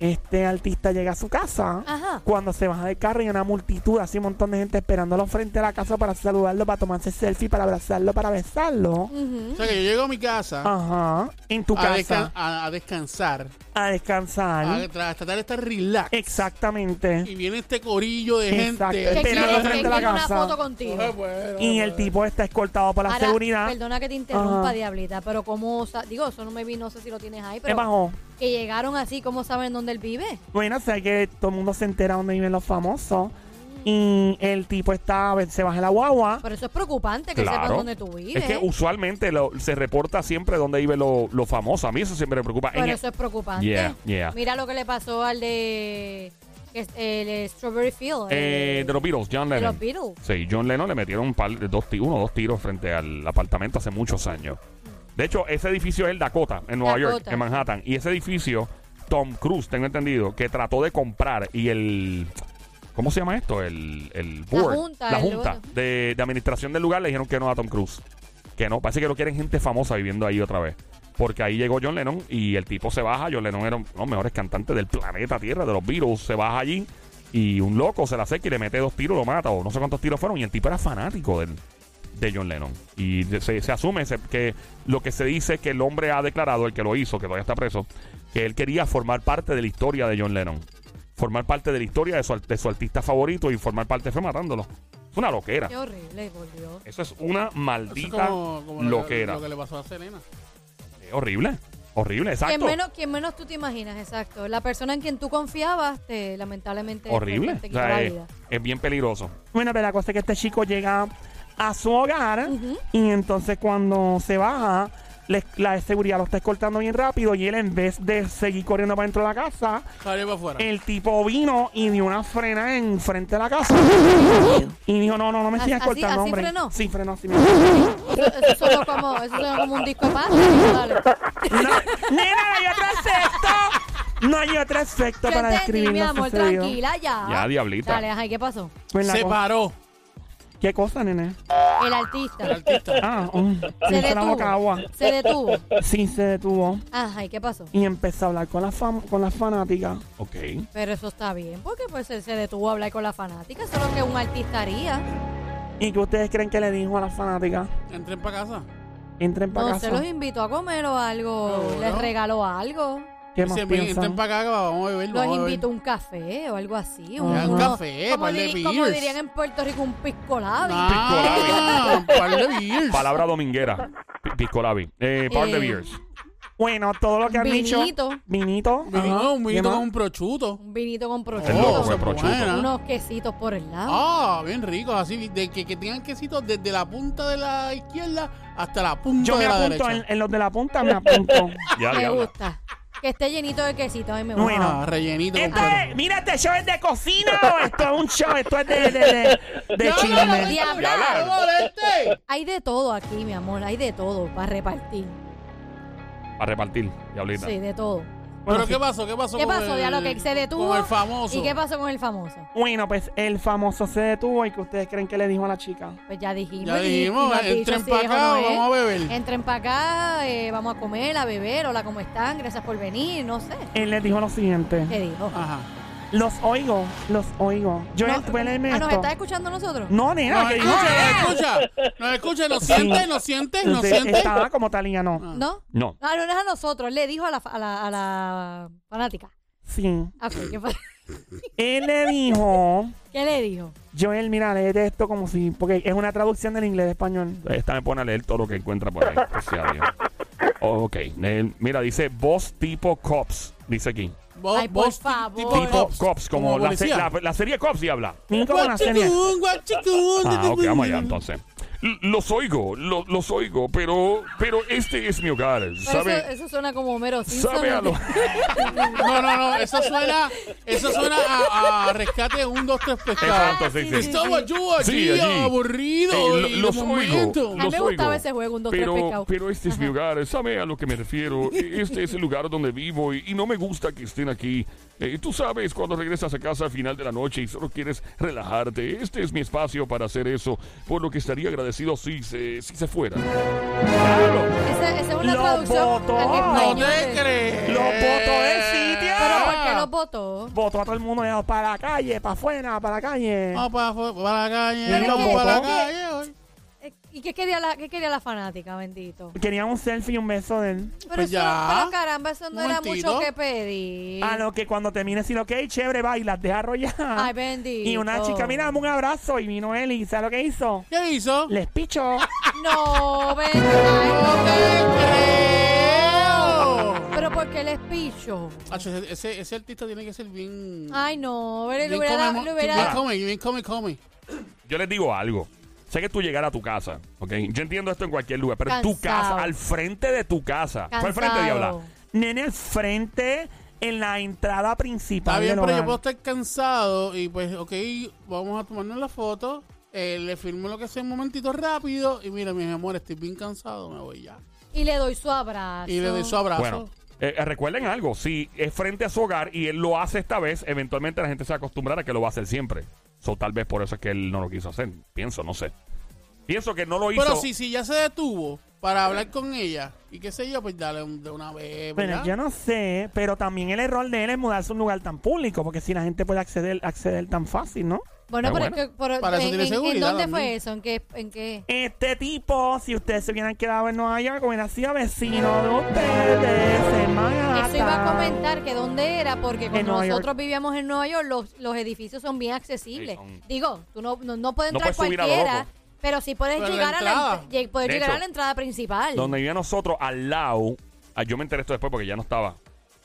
S1: este artista llega a su casa.
S3: Ajá.
S1: Cuando se baja del carro y hay una multitud, así un montón de gente esperándolo frente a la casa para saludarlo, para tomarse selfie, para abrazarlo, para besarlo.
S4: O sea que yo llego a mi casa,
S1: Ajá. En tu
S4: a, desca-
S1: casa.
S4: a- a descansar,
S1: A descansar.
S4: a tra- tratar de estar relax.
S1: Exactamente.
S4: Y viene este corillo de
S1: Eh, Exacto.
S3: Que
S4: gente.
S1: Esperando
S3: quiere,
S1: frente
S3: que
S1: a la
S3: quiere una
S1: casa.
S3: foto contigo.
S4: Ah, bueno,
S1: Y el tipo está escoltado por la
S3: Ahora,
S1: seguridad.
S3: Perdona que te interrumpa,
S1: Ajá.
S3: Diablita, pero cómo. sa- Digo, eso no me vi, no sé si lo tienes ahí,
S1: ¿Qué
S3: pero.
S1: bajó?
S3: Que llegaron así, ¿cómo saben dónde él vive?
S1: Bueno, sé que todo el mundo se entera dónde viven los famosos. Y el tipo está, se baja la guagua.
S3: Pero eso es preocupante que sepan dónde tú vives.
S2: Es que usualmente lo- se reporta siempre dónde vive lo, lo famoso. A mí eso siempre me preocupa. En
S3: Pero
S2: el-
S3: eso es preocupante.
S2: Yeah, yeah.
S3: Mira lo que le pasó al de. que es- El Strawberry Field.
S2: Eh,
S3: el-
S2: de los Beatles, John Lennon.
S3: los Beatles.
S2: Sí, John Lennon le metieron un par, dos, ti- uno o dos tiros frente al apartamento hace muchos años. De hecho, ese edificio es el Dakota, en Nueva
S3: Mm. Dakota.
S2: York, en Manhattan. Y ese edificio, Tom Cruise, tengo entendido, que trató de comprar y el... ¿Cómo se llama esto? El, el
S3: La
S2: board.
S3: junta,
S2: la
S3: el-
S2: junta de, de administración del lugar le dijeron que no a Tom Cruise. Que no, parece que lo quieren gente famosa viviendo ahí otra vez. Porque ahí llegó John Lennon y el tipo se baja. John Lennon era uno de los mejores cantantes del planeta Tierra, de los Beatles. Se baja allí y un loco se la seca y le mete dos tiros, lo mata o no sé cuántos tiros fueron. Y el tipo era fanático del, de John Lennon. Y de- se, se asume se- que lo que se dice es que el hombre ha declarado, el que lo hizo, que todavía está preso, que él quería formar parte de la historia de John Lennon. Formar parte de la historia de su, ar- de su artista favorito y formar parte fue matándolo. Es una loquera.
S3: Qué horrible, por Dios.
S2: Eso es una
S4: Eso es
S2: maldita
S4: como, como lo, que,
S2: loquera.
S4: lo que le pasó a Selena.
S2: Eh, horrible. Horrible,
S3: Quien
S2: exacto.
S3: menos, quien menos tú te imaginas, exacto. La persona en quien tú confiabas, te, lamentablemente.
S2: Horrible.
S3: Te
S2: O
S3: quitó
S2: sea, eh.
S3: la
S2: es,
S3: vida.
S2: es bien peligroso.
S1: Bueno, pero la cosa es que este chico llega a su hogar
S3: Ujú.
S1: y entonces cuando se baja, le- la seguridad lo está escoltando bien rápido y él en vez de seguir corriendo para dentro de la casa,
S4: Salió para afuera.
S1: el tipo vino y dio una frena en frente de la casa. Y dijo, no, no, no me sigas
S3: ¿Así-
S1: escoltando,
S3: así
S1: hombre.
S3: frenó?
S1: Sí, frenó así. mismo.
S3: Eso, eso sonó como, eso sonó como un disco de paz. Dale.
S1: Nena, no hay otro efecto. No hay otro efecto
S3: Yo
S1: para
S3: entendí,
S1: describir
S3: mi
S1: lo
S3: amor,
S1: sucedido.
S3: tranquila ya.
S2: Ya, diablita.
S3: Dale, ajá, ¿y qué pasó?
S1: Pues la
S4: se
S1: cosa-
S4: paró.
S1: ¿Qué cosa, nene?
S3: El artista.
S4: Artista.
S1: Ah, mm,
S3: Se
S1: me hizo la boca agua.
S3: detuvo. Se detuvo.
S1: Sí, se detuvo
S3: Ajá, ¿y qué pasó?
S1: y empezó a hablar con las fam- con las fanáticas.
S2: Ok.
S3: Pero eso está bien, porque pues él se detuvo a hablar con la fanática, eso es lo que un artista haría.
S1: ¿Y qué ustedes creen que le dijo a las fanáticas?
S4: Entren para casa.
S1: Entren para
S3: No, se los
S1: casa.
S3: invitó a comer o algo,
S4: No,
S3: les
S4: no.
S3: regaló algo,
S1: ¿Qué más
S4: Dicen, ven, entren
S1: piensan?
S4: para acá, vamos a beber.
S3: los
S4: vamos a beber.
S3: invitó a un café o algo así.
S4: Ah, un
S3: uno-
S4: café,
S3: como,
S4: par de
S3: diri- como
S4: beers.
S3: dirían en Puerto Rico, un piscolado.
S4: Ah, un par de beers.
S2: Palabra dominguera. Pi- Piscolabi. Eh, par de
S3: Eh.
S2: beers.
S1: Bueno, todo lo que han dicho.
S3: Vinito,
S1: Vinito.
S4: Ah,
S1: ajá.
S4: un
S1: ¿Qué
S4: vinito
S1: más?
S4: con un prochuto.
S3: un vinito con
S2: El loco
S3: prosciutto,
S2: fue
S4: Oh,
S2: prochuto.
S4: buena.
S3: unos quesitos por el lado.
S4: Ah, bien ricos, así, de que, que tengan quesito desde la punta de la izquierda hasta la punta
S1: Yo me
S4: de la
S1: apunto,
S4: derecha.
S1: en, en los de la punta me apunto.
S2: Ya,
S3: me
S2: diabla.
S3: gusta. Que esté llenito de quesito, a mí me gusta.
S1: Bueno.
S4: Ah, rellenito
S1: Esto
S4: completo.
S1: es, mira, este show es de cocina o esto es un show, esto es de, de, de, de chisme.
S3: Diabla,
S4: ¡No moleste!
S3: hay de todo aquí, mi amor, hay de todo para repartir.
S2: A repartir, diablita.
S3: Sí, de todo.
S4: ¿Pero qué pasó? ¿Qué pasó
S3: ¿Qué
S4: con
S3: pasó?
S4: el-
S3: Ya lo que se detuvo.
S4: Con el famoso.
S3: ¿Y qué pasó con el famoso?
S1: Bueno, pues el famoso se detuvo y que ustedes creen que le dijo a la chica.
S3: Pues ya dijimos.
S4: Ya
S3: y-
S4: dijimos,
S3: y no has dicho
S4: entren
S3: si
S4: pa'
S3: es o
S4: acá
S3: no
S4: o
S3: es.
S4: vamos a beber.
S3: Entren para acá, eh, vamos a comer, a beber. Hola, ¿cómo están? Gracias por venir. No sé.
S1: Él les dijo lo siguiente.
S3: ¿Qué dijo?
S1: Ah,
S4: Ajá.
S1: Los oigo, los oigo. Yo
S3: No,
S1: entré en
S3: ah, ¿Nos
S1: esto.
S3: está escuchando nosotros?
S1: No, nena,
S4: Nos
S1: que dijo
S4: escucha, nos escucha, nos escucha, nos siente, nos siente, nos
S1: que
S4: siente.
S1: estaba como talía, no.
S3: ¿No?
S2: No.
S3: Ah, no, no es a nosotros. Le dijo a la, fa- a la, a la fanática.
S1: Sí.
S3: Ah, ok, ¿qué, fa-
S1: Él le dijo,
S3: ¿Qué le dijo?
S1: Joel, mira, léete esto como si, porque es una traducción del inglés a español.
S2: Esta me pone a leer todo lo que encuentra por ahí. que sea Dios. Oh, ok. Eh, mira, dice voz tipo cops. Dice aquí.
S4: Vos,
S3: Ay, por
S4: vos, ti-
S3: favor.
S2: Tipo cops,
S4: cops,
S2: como, la, se-
S4: policía.
S2: la, la serie Cops y habla.
S1: Ni como una serie.
S4: Guachicún, guachicún.
S2: Ah, ok, vamos allá entonces. L- Los oigo, lo- los oigo, pero pero este es mi hogar,
S3: Pero
S2: ¿sabe?
S3: Pues eso, eh, eso suena como Homero Simpson.
S2: ¿Sabe a lo-
S4: No, no, no, eso suena, eso suena a, a rescate de un, dos, tres
S2: Exacto,
S4: pescados.
S2: sí, sí.
S4: Estaba yo allí,
S2: Sí, allí.
S4: aburrido,
S2: Eh, lo-
S4: y de
S2: los oigo,
S4: momento-
S3: A mí me
S2: Los
S3: gustaba
S2: oigo.
S3: ese juego, un dos, tres,
S2: Pero,
S3: pescado.
S2: pero este es mi hogar, ¿sabe a lo que me refiero? E- Este es el lugar donde vivo y, y no me gusta que estén aquí. Eh, tú sabes, cuando regresas a casa al final de la noche y solo quieres relajarte, este es mi espacio para hacer eso, por lo que estaría agradecido si se, si se fuera. Claro.
S3: Esa esa es una
S1: Lo
S3: traducción
S1: votó.
S3: al
S4: No
S3: español.
S4: te crees.
S1: Los votos del sitio.
S3: Pero ¿por qué los votó?
S1: Votó a todo el mundo ya, para la calle, para afuera, para la calle.
S4: Vamos para, la
S1: Pero
S4: calle,
S1: es
S4: vamos
S1: que-
S4: para
S1: es
S4: la
S1: que-
S4: calle. hoy.
S3: Eh, ¿Y qué quería la, qué quería la fanática, bendito?
S1: Quería un selfie y un beso de él.
S3: Pero,
S4: Pues
S3: eso,
S4: ya.
S3: pero caramba, eso no
S4: Un
S3: era
S4: momentito.
S3: mucho que pedir.
S1: A lo que cuando termine si lo que hay, chévere, va y las deja arrollar.
S3: Ay, bendito.
S1: y una chica, mira, dame un abrazo. Y vino él y ¿sabes lo que hizo?
S4: ¿Qué hizo?
S1: Les pichó.
S2: Ah.
S3: No, bendito.
S4: No te creo.
S3: Pero porque él es picho.
S4: Acho, ese- ese, ese artista tiene que ser bien...
S3: Ay, no, le
S4: bien
S3: Ah, hubiera dado.
S4: come-
S3: le
S4: bien
S3: hubiera-
S4: come, bien come, come.
S2: Yo les digo algo. Sé que tú llegar a tu casa, ¿ok? Yo entiendo esto en cualquier lugar, pero en tu
S3: Cansado.
S2: casa, al frente de tu casa. Fue al frente,
S3: Cansado.
S2: Diabla.
S1: Nene al frente en la entrada principal.
S4: Está bien,
S1: del
S4: pero yo
S1: hogar.
S4: puedo estar cansado y pues, ok, vamos a tomarnos la foto. eh, le firmo lo que sea un momentito rápido y mira, mis amores, estoy bien cansado, me voy ya.
S3: Y le doy su abrazo.
S4: Y le doy su abrazo.
S2: Bueno, eh, eh, recuerden algo, si es frente a su hogar y él lo hace esta vez, eventualmente la gente se acostumbrará a que lo va a hacer siempre. So, tal vez por eso es que él no lo quiso hacer. Pienso, no sé. Pienso que no lo hizo.
S4: pero si, si ya se detuvo para hablar con ella y qué sé yo, pues dale un- de una vez.
S1: Bueno,
S4: ¿verdad?
S1: yo no sé, pero también el error de él es mudarse a un lugar tan público, porque si la gente puede acceder, acceder tan fácil, ¿no?
S3: Bueno,
S2: Ah,
S3: pero,
S2: bueno.
S3: es que- pero
S4: Para eso
S3: ¿en,
S4: tiene
S3: en- en
S4: seguridad
S3: dónde
S4: también.
S3: fue eso? ¿En qué? ¿En qué?
S1: Este tipo, si ustedes se hubieran quedado en Nueva York, hubiera sido vecino de ustedes en Manhattan.
S2: Ah,
S3: Eso iba a comentar que dónde era, porque cuando
S1: Nueva York.
S3: nosotros vivíamos en Nueva York, los, los edificios son bien accesibles.
S2: Sí, son-
S3: Digo, tú no, no, no puedes
S2: No
S3: entrar
S2: puedes subir a lo
S3: cualquiera,
S2: loco.
S3: pero sí puedes
S4: Pero la
S3: llegar, a la,
S4: entrada.
S3: lleg- puedes
S2: De
S3: llegar
S2: hecho,
S3: a la entrada principal.
S2: Donde vivían nosotros, al lado, ah, yo me enteré esto después porque ya no estaba.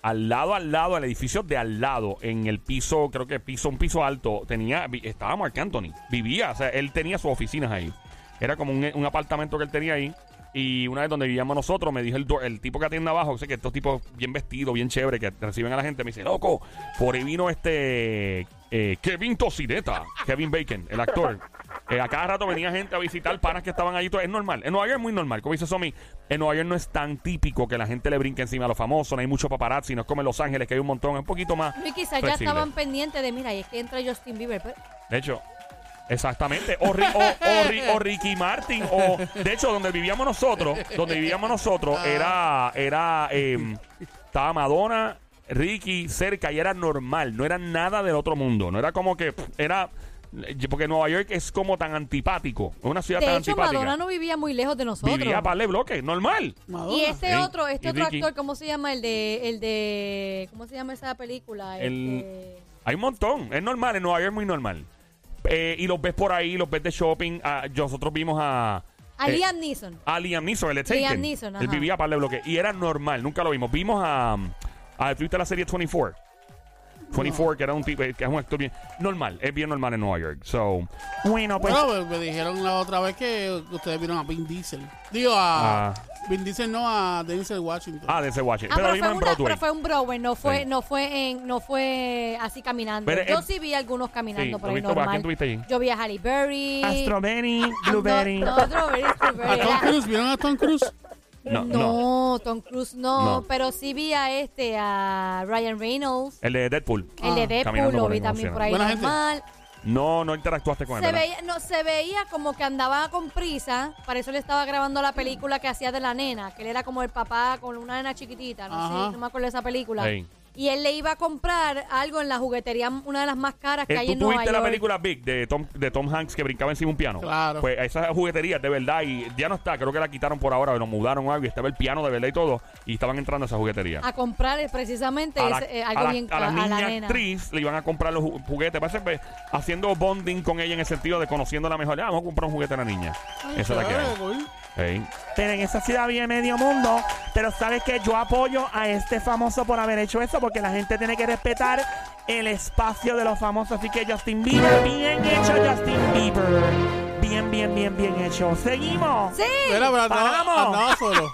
S2: Al lado, al lado, al edificio de al lado, en el piso, creo que piso, un piso alto, tenía, vi- estaba Mark Anthony. Vivía, o sea, él tenía sus oficinas ahí. Era como un, un apartamento que él tenía ahí. Y una vez donde vivíamos nosotros, me dijo el, do- el tipo que atiende abajo, o sea, que estos tipos bien vestidos, bien chévere, que reciben a la gente, me dice, loco, por ahí vino este eh, Kevin Tocineta, Kevin Bacon, el actor. Eh, a cada rato venía gente a visitar panas que estaban ahí. todo- Es normal. En Nueva York es muy normal. Como dice Somi, en Nueva York no es tan típico que la gente le brinque encima a los famosos. No hay mucho paparazzi. No es como en Los Ángeles, que hay un montón. Es un poquito más.
S3: Y quizás ya
S2: flexible.
S3: estaban pendientes de, mira, y es que entra Justin Bieber. Pero,
S2: De hecho, Exactamente. O, Ri- o- o Ri- o Ricky Martin. O, de hecho, donde vivíamos nosotros, donde vivíamos nosotros,
S3: Ah.
S2: era, era, em, estaba Madonna, Ricky cerca y era normal. No era nada del otro mundo. No era como que pff, era porque Nueva York es como tan antipático. Es una ciudad tan
S3: De hecho,
S2: antipática.
S3: Madonna no vivía muy lejos de nosotros.
S2: Vivía para de bloques, normal.
S4: Madonna.
S3: Y este
S2: Sí.
S3: otro, este
S2: Y
S3: otro
S2: Ricky.
S3: actor, ¿cómo se llama? El de, el de, ¿cómo se llama esa película?
S2: El- eh,
S3: Este-
S2: Hay un montón. Es normal, en Nueva York es muy normal. Eh, y los ves por ahí, los ves de shopping. Ah, nosotros vimos a.
S3: A
S2: eh,
S3: Liam Neeson. Ah,
S2: A Liam Neeson, el Taken.
S3: Liam Neeson,
S2: Él
S3: ajá.
S2: vivía para el bloque. Y era normal, nunca lo vimos. Vimos a. a ¿Tuviste la serie 24? 24, que era un tipo, que es un actor bien. Normal, es bien normal en Nueva York. So,
S1: Bueno, pues
S4: Bueno, me, me dijeron la otra vez que ustedes vieron a Vin Diesel. Digo, a.
S2: Ah.
S4: Vin Diesel no, a Denzel Washington.
S2: ah, de ese watch.
S3: Ah,
S2: pero
S3: pero,
S2: lo vimos en
S3: fue una,
S2: Broadway.
S3: pero fue un Broadway, no fue,
S2: Sí.
S3: no fue en, no fue así caminando.
S2: Pero
S3: Yo
S2: es-
S3: sí vi algunos caminando
S2: Sí,
S3: por
S2: ¿lo
S3: ahí
S2: viste? ¿A
S3: normal.
S2: quién tuviste allí?
S3: Yo vi a Halle Berry. Ah,
S1: Astroberry, Blueberry.
S3: No, no, Strawberry,
S4: a
S3: Strawberry.
S4: Tom
S3: Era-
S4: Cruise, ¿vieron a Tom Cruise?
S2: No, no.
S3: No, Tom Cruise no,
S2: No.
S3: pero sí vi a este, a Ryan Reynolds,
S2: El de Deadpool.
S3: el de
S2: Caminando
S3: Deadpool,
S2: por
S3: lo
S2: ahí,
S3: vi
S2: como
S3: también
S2: sea.
S3: por ahí
S4: Buena gente.
S3: normal.
S2: No, no interactuaste con él.
S3: Se
S2: ¿verdad?
S3: veía, no, se veía como que andaba con prisa, para eso le estaba grabando la película que hacía de la nena, que él era como el papá con una nena chiquitita, no
S4: Ajá.
S3: sé, no me acuerdo de esa película.
S2: Ey.
S3: Y él le iba a comprar algo en la juguetería, una de las más caras que
S2: Eh,
S3: hay
S2: ¿Tú
S3: en Nueva
S2: tuviste la
S3: York.
S2: película Big de Tom, de Tom Hanks que brincaba encima de un piano?
S4: Claro.
S2: Pues esa juguetería de verdad y ya no está, creo que la quitaron por ahora, lo mudaron o algo y estaba el piano de verdad y todo y estaban entrando a esa juguetería.
S3: A comprar eh, precisamente
S2: a la,
S3: ese, eh,
S2: a
S3: algo
S2: la-
S3: bien
S2: a la
S3: ca-
S2: niña
S3: a la nena.
S2: actriz le iban a comprar los ju- juguetes. Parece que haciendo bonding con ella en el sentido de conociéndola mejor. Ah, vamos a comprar un juguete a la niña. Esa es la que
S4: Ah,
S2: hay.
S4: cool.
S2: Ey.
S1: Pero en esa ciudad vive medio mundo. Pero sabes que yo apoyo a este famoso por haber hecho eso, porque la gente tiene que respetar el espacio de los famosos. Así que Justin Bieber, bien hecho Justin Bieber. Bien, bien, bien, bien hecho. Seguimos.
S3: Sí,
S4: Mira, pero andaba,
S1: Paramos.
S4: andaba solo.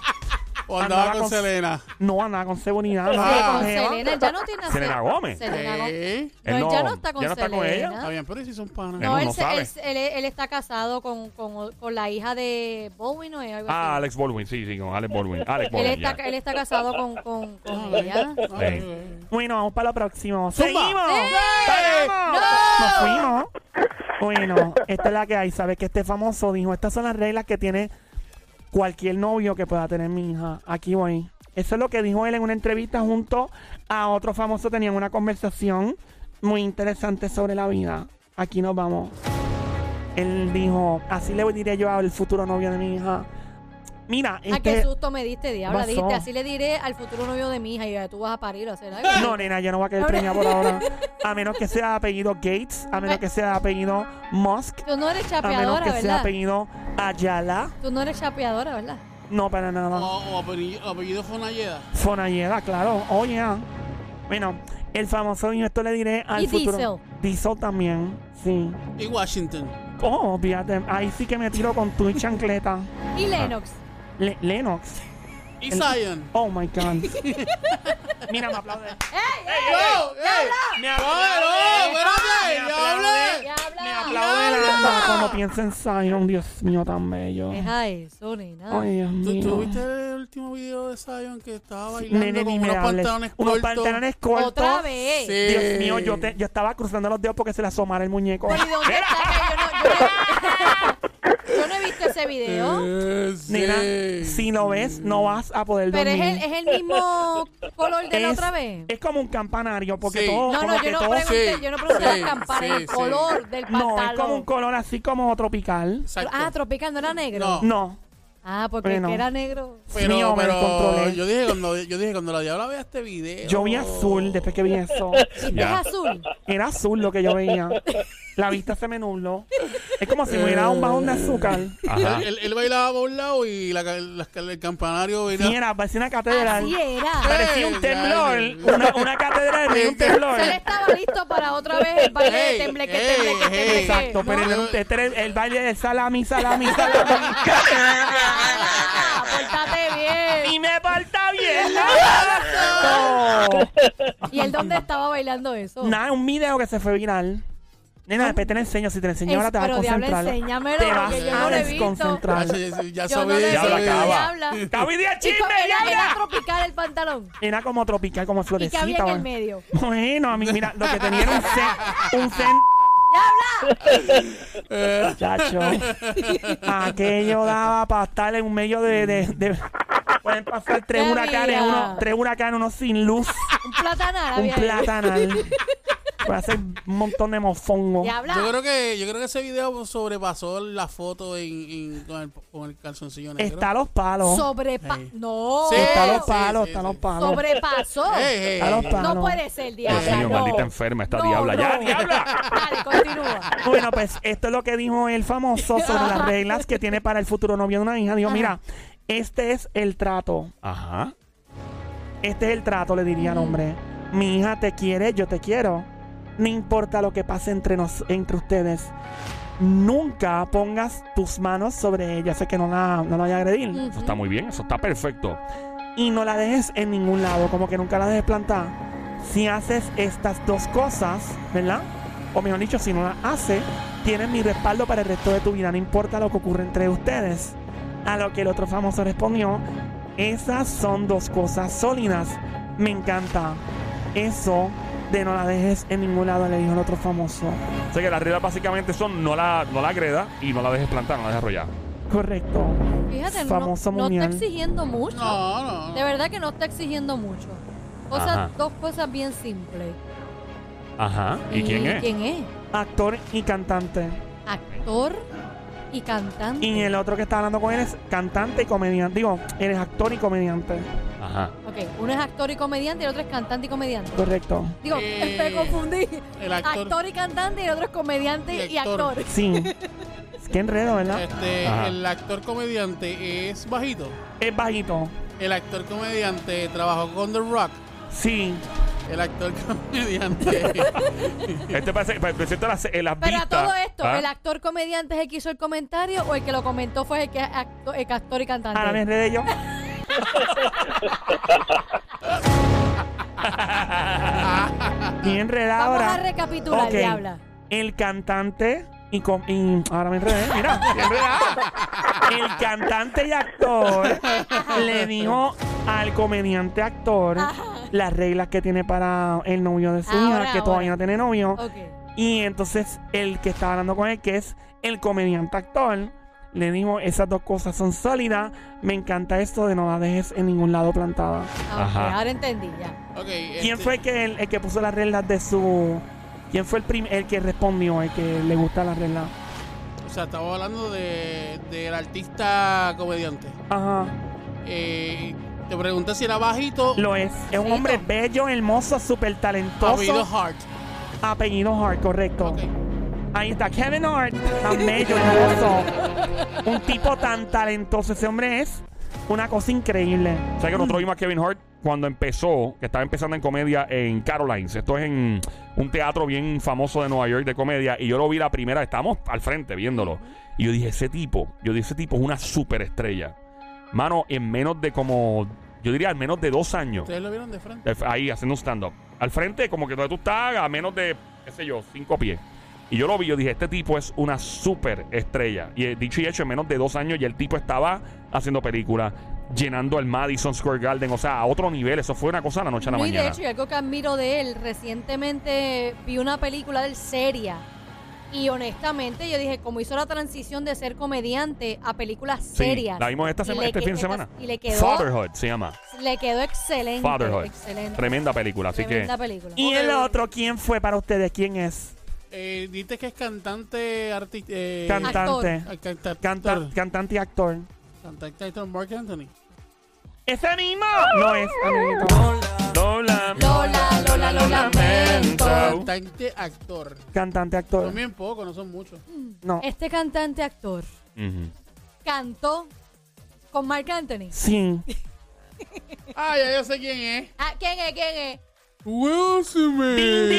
S4: O andaba,
S1: Andaba
S4: con,
S1: con-
S4: Selena.
S1: No anda con seguridad.
S4: Ah.
S3: Sí,
S1: nada
S3: con
S1: con Jeva.
S3: Selena, él ya no tiene
S2: Selena
S3: acento.
S2: Gómez.
S3: Selena Gómez.
S4: Sí.
S3: No, él ya no está con
S2: ya no está con
S3: Selena.
S2: ella.
S4: Está bien, pero si son panas.
S2: No,
S3: No, él,
S2: no
S3: se-
S2: sabe.
S3: él, él- él está casado con, con, con la hija de Bowie, ¿no es? Algo
S2: Ah,
S3: así.
S2: Alex Baldwin, sí, sí, con Alex Baldwin. Alex
S3: él,
S2: Baldwin.
S3: está,
S2: ya.
S3: él está casado con, con, con
S1: Ah,
S3: ella.
S2: Ey.
S1: Bueno, vamos para lo próximo.
S4: Zumba.
S1: Seguimos.
S3: ¡Sí!
S4: ¡Paramos!
S1: Nos
S3: ¡Eh! ¡No!
S1: fuimos. Bueno, esta es la que hay. Sabes que este famoso dijo, estas son las reglas que tiene cualquier novio que pueda tener mi hija. Aquí voy. Eso es lo que dijo él en una entrevista junto a otro famoso. Tenían una conversación muy interesante sobre la vida. Aquí nos vamos. Él dijo, así le diré yo al futuro novio de mi hija. Mira,
S3: ¿A Ah, qué
S1: este...
S3: susto me diste, diabla?
S1: Pasó.
S3: Dijiste, así le diré al futuro novio de mi hija y tú vas a parir o hacer algo.
S1: No, nena, yo no voy a quedar preñada por ahora. A menos que sea apellido Gates, a menos que sea apellido Musk,
S3: Tú no eres
S1: a menos
S3: chapeadora,
S1: que sea
S3: ¿verdad?
S1: apellido Ayala.
S3: Tú no eres chapeadora, ¿verdad?
S1: No, para
S4: O,
S3: Oh.
S1: nada.
S4: o apellido, apellido Fonalleda.
S1: Fonalleda, claro. Oye. Bueno, el famoso niño, esto le diré al
S3: Y
S1: futuro. Diesel. también, sí.
S4: Y Washington.
S1: Oh, fíjate, ahí sí que me tiro con tu chancleta.
S3: Y Lennox.
S1: Le- Lennox.
S4: Y Zion.
S1: Oh my God. Mira, me aplaude.
S4: ¡Wow! ¡Ey!
S1: Me
S4: ¡No, no!
S1: aplaude.
S4: ¡Espérate!
S1: Me
S4: ¡Ya hablé!
S1: Me
S3: ¡Diabla!
S1: aplaude la alma cuando pienso en Zion. Dios mío, tan bello.
S3: Deja eso, nena.
S1: Ay, Dios
S4: ¿Tú, tú
S1: mío.
S4: viste el último video de Zion que estaba bailando
S1: Nene,
S4: con
S1: ni me
S4: unos
S1: hables.
S4: pantalones cortos?
S1: Unos pantalones cortos.
S3: Otra vez.
S4: Sí.
S1: Dios mío, yo, te- yo estaba cruzando los dedos porque se le asomara el muñeco.
S3: Pero, ¿y dónde está? Que Yo no, yo no- yo no he visto ese video.
S4: Eh, sí.
S1: Nena, si lo ves, no vas a poder
S3: Pero es
S1: dormir.
S3: el, es el mismo color de la otra vez.
S1: es como un campanario, porque
S4: Sí.
S1: todo.
S3: No,
S1: como
S3: no,
S1: que
S3: yo no
S1: todo-
S4: pregunto.
S3: pregunté,
S4: Sí,
S3: yo no pregunté
S4: sí,
S3: las campanas,
S4: sí,
S3: el
S4: sí.
S3: color del pantalón.
S1: No, es como un color así como tropical.
S4: Exacto.
S3: Ah, tropical, ¿no era negro?
S4: No.
S1: No.
S3: Ah, porque
S1: Bueno.
S3: que era negro.
S4: pero,
S1: mío, me lo
S4: pero
S1: controlé.
S4: yo dije cuando yo dije cuando la diabla vea este video.
S1: Yo vi azul después que vi eso.
S3: ¿Viste
S2: Ya.
S3: Este es azul?
S1: Era azul lo que yo veía. La vista se me nubló. Es como si me hubiera dado un bajón de azúcar.
S2: Ajá.
S4: Él, él bailaba por un lado y la, la- el campanario
S1: Mira,
S4: venía.
S1: parecía una catedral.
S3: Así era.
S1: Parecía un
S4: Ey,
S1: temblor.
S4: diablo.
S1: Una, una catedral de un temblor.
S3: Él estaba listo para otra vez el baile de
S4: Ey,
S3: tembleque,
S4: ey,
S3: tembleque,
S4: ey.
S3: tembleque.
S1: Exacto, pero
S4: No,
S1: el,
S4: yo-
S1: este era el- el baile del salami, salami, salami.
S3: Ah, pórtate bien.
S1: y me falta bien. ¿no?
S3: ¿Y él dónde estaba bailando eso?
S1: Nada, un video que se fue viral. Nena, después te lo enseño. Si te lo enseño
S3: Es-
S1: ahora te vas a
S3: pero diablo,
S1: concentrar.
S3: enséñamelo,
S1: Te vas
S3: porque
S4: yo
S1: a
S4: no lo he
S3: visto.
S1: desconcentrar.
S4: Ah, sí, sí, ya
S3: Yo
S4: sabía,
S3: no le
S4: ya
S2: Diabla,
S4: sabía.
S2: acaba.
S3: habla. Y
S1: ¡Cabi de
S3: co-
S1: chisme,
S3: era, era
S1: ya!
S3: tropical el pantalón.
S1: Era como tropical, como
S3: Y que había
S1: florecita.
S3: en el
S1: man.
S3: medio.
S1: Bueno, a mí, mira, lo que tenía era un cen, un cen
S3: ¡Diabla!
S4: Eh.
S1: Chacho. Ah, Aquello daba para estar en un medio de. de- de- pueden pasar tres
S3: Qué
S1: huracanes,
S3: vida.
S1: uno, tres huracanes, uno sin luz,
S3: Un platanal
S1: un
S3: había ahí.
S1: platanal. Puede hacer un montón de mofongo.
S3: ¡Diabla!
S4: Yo creo que yo creo que ese video sobrepasó la foto en, en- con, el, con el calzoncillo negro.
S1: Está a los palos.
S3: Sobrepa...
S4: Ey.
S3: ¡No! eh,
S4: Sí.
S1: está a los
S4: Sí,
S1: palos,
S4: sí,
S1: está a
S4: sí.
S1: los palos.
S3: ¡Sobrepasó!
S4: Ey, ey,
S1: A los
S4: ey.
S1: pa-
S3: No
S1: no.
S3: puede ser, diabla.
S2: Dios mío,
S3: no.
S2: maldita enferma esta
S3: No,
S2: diabla. ¡Ya,
S3: no.
S2: diabla!
S3: Dale, continúa.
S1: Bueno, pues esto es lo que dijo el famoso sobre las reglas que tiene para el futuro novio de una hija. Dijo, mira, este es el trato.
S2: Ajá.
S1: Este es el trato, le diría al hombre. Mi hija te quiere, yo te quiero. No importa lo que pase entre, nos, entre ustedes. Nunca pongas tus manos sobre ella. Sé que no la, no la vaya a agredir.
S2: Eso está muy bien, eso está perfecto.
S1: Y no la dejes en ningún lado, como que nunca la dejes plantada. Si haces estas dos cosas, ¿verdad? O mejor dicho, si no las haces, tienes mi respaldo para el resto de tu vida. No importa lo que ocurra entre ustedes. A lo que el otro famoso respondió, esas son dos cosas sólidas. Me encanta. Eso de no la dejes en ningún lado, le dijo el otro famoso.
S2: O sea que las reglas básicamente son no la, no la agreda y no la dejes plantar, no la dejes arrollar.
S1: Correcto.
S3: Fíjate, no,
S1: famoso
S3: no está
S1: mundial.
S3: exigiendo mucho.
S4: No, no.
S3: De verdad que no está exigiendo mucho. Cosas,
S2: Ajá.
S3: dos cosas bien simples. Eh,
S2: Ajá. ¿Y quién es?
S3: Mm. ¿Quién es?
S1: Actor y cantante.
S3: Actor y cantante.
S1: Y el otro que está hablando con él es cantante y comediante. Digo, eres actor y comediante.
S2: Ajá.
S3: Ok, uno es actor y comediante y el otro es cantante y comediante.
S1: Correcto.
S3: Digo,
S4: Eh,
S3: me confundí.
S4: el actor.
S3: y cantante y el otro es comediante
S4: Y
S3: y
S4: actor.
S3: actor.
S1: Sí. Es que enredo, ¿verdad?
S4: Este,
S2: Ajá.
S4: el actor comediante es bajito.
S1: Es bajito.
S4: El actor comediante trabajó con The Rock.
S1: Sí.
S4: El actor comediante.
S2: Este parece, pa- presenta las, eh, las
S3: Pero a
S2: vistas.
S3: todo esto,
S2: ¿Ah?
S3: ¿el actor comediante es el que hizo el comentario o el que lo comentó fue el que es acto- el actor y cantante?
S1: Ahora me enredé yo. Bien enredado
S3: Vamos
S1: ahora.
S3: a recapitular,
S1: Ok.
S3: diabla.
S1: El cantante y, com- y- ahora me enredé. Mira, bien enredado. El cantante y actor le dijo al comediante actor las reglas que tiene para el novio de su
S3: Ahora,
S1: hija, que todavía
S3: ahora.
S1: no tiene novio.
S3: Ok. Ah,
S1: Y entonces el que está hablando con él, que es el comediante actor, le dijo, esas dos cosas son sólidas, me encanta esto de no la dejes en ningún lado plantada.
S3: Ah, ok,
S2: Ajá.
S3: Ahora entendí, ya.
S4: Ok,
S1: ¿Quién
S4: este,
S1: fue el que, el, el que puso las reglas de su... ¿Quién fue el, prim- el que respondió, el que le gusta las reglas?
S4: O sea, estamos hablando de, del artista comediante.
S1: Ajá,
S4: Eh, te pregunté si era bajito
S1: lo es. Es un
S3: Perfecto.
S1: hombre bello, hermoso, súper
S4: o
S1: talentoso.
S4: apellido
S1: Apellido,
S4: Hart.
S1: Hart, correcto.
S4: Ok.
S1: Ahí está, Kevin Hart, tan bello, hermoso. un tipo tan talentoso. Ese hombre es una cosa increíble.
S2: O sea que nosotros vimos a Kevin Hart cuando empezó, que estaba empezando en comedia en Carolines. Esto es en un teatro bien famoso de Nueva York de comedia. Y yo lo vi la primera, estamos al frente viéndolo. Y yo dije, ese tipo, yo dije, ese tipo es una superestrella. Mano, en menos de como, yo diría, al menos de dos años.
S4: Ustedes lo vieron de frente.
S2: Eh, Ahí haciendo un stand-up. Al frente, como que donde tú estás, a menos de, qué sé yo, cinco pies. Y yo lo vi, yo dije, este tipo es una super estrella. Y eh, dicho y hecho, en menos de dos años ya el tipo estaba haciendo películas, llenando el Madison Square Garden, o sea, a otro nivel. Eso fue una cosa de la noche a la
S3: No, y de
S2: mañana.
S3: hecho, y algo que admiro de él, recientemente vi una película del seria. Y honestamente, yo dije, como hizo la transición de ser comediante a películas
S2: Sí,
S3: serias.
S2: la vimos esta
S3: y
S2: sema-
S3: le
S2: este
S3: que-
S2: fin de
S3: esta-
S2: semana.
S3: Y le quedó,
S2: Fatherhood se llama.
S3: le quedó excelente.
S2: Fatherhood.
S3: Excelente.
S2: Tremenda película, así
S3: Tremenda
S2: que.
S3: película.
S1: Y
S4: Ok,
S1: el
S4: bueno.
S1: otro, ¿quién fue para ustedes? ¿Quién es?
S4: Eh, Dices que es cantante, artista. Eh,
S1: Cantante.
S4: ah, canta-
S1: Canta-
S4: actor.
S1: cantante y actor.
S4: Cantante actor Mark Anthony.
S1: ¡Ese mismo! No es, amiguito.
S2: Lola.
S3: Lola, Lola, lo lamento.
S2: Au.
S4: Cantante actor.
S1: Cantante actor.
S4: Son bien pocos, no son muchos.
S1: No.
S3: Este cantante actor
S2: Ujú.
S3: cantó con Mark Anthony.
S1: Sí.
S4: Ah, ya yo sé quién es.
S3: Ah, ¿Quién es? ¿Quién es?
S4: Will Smith.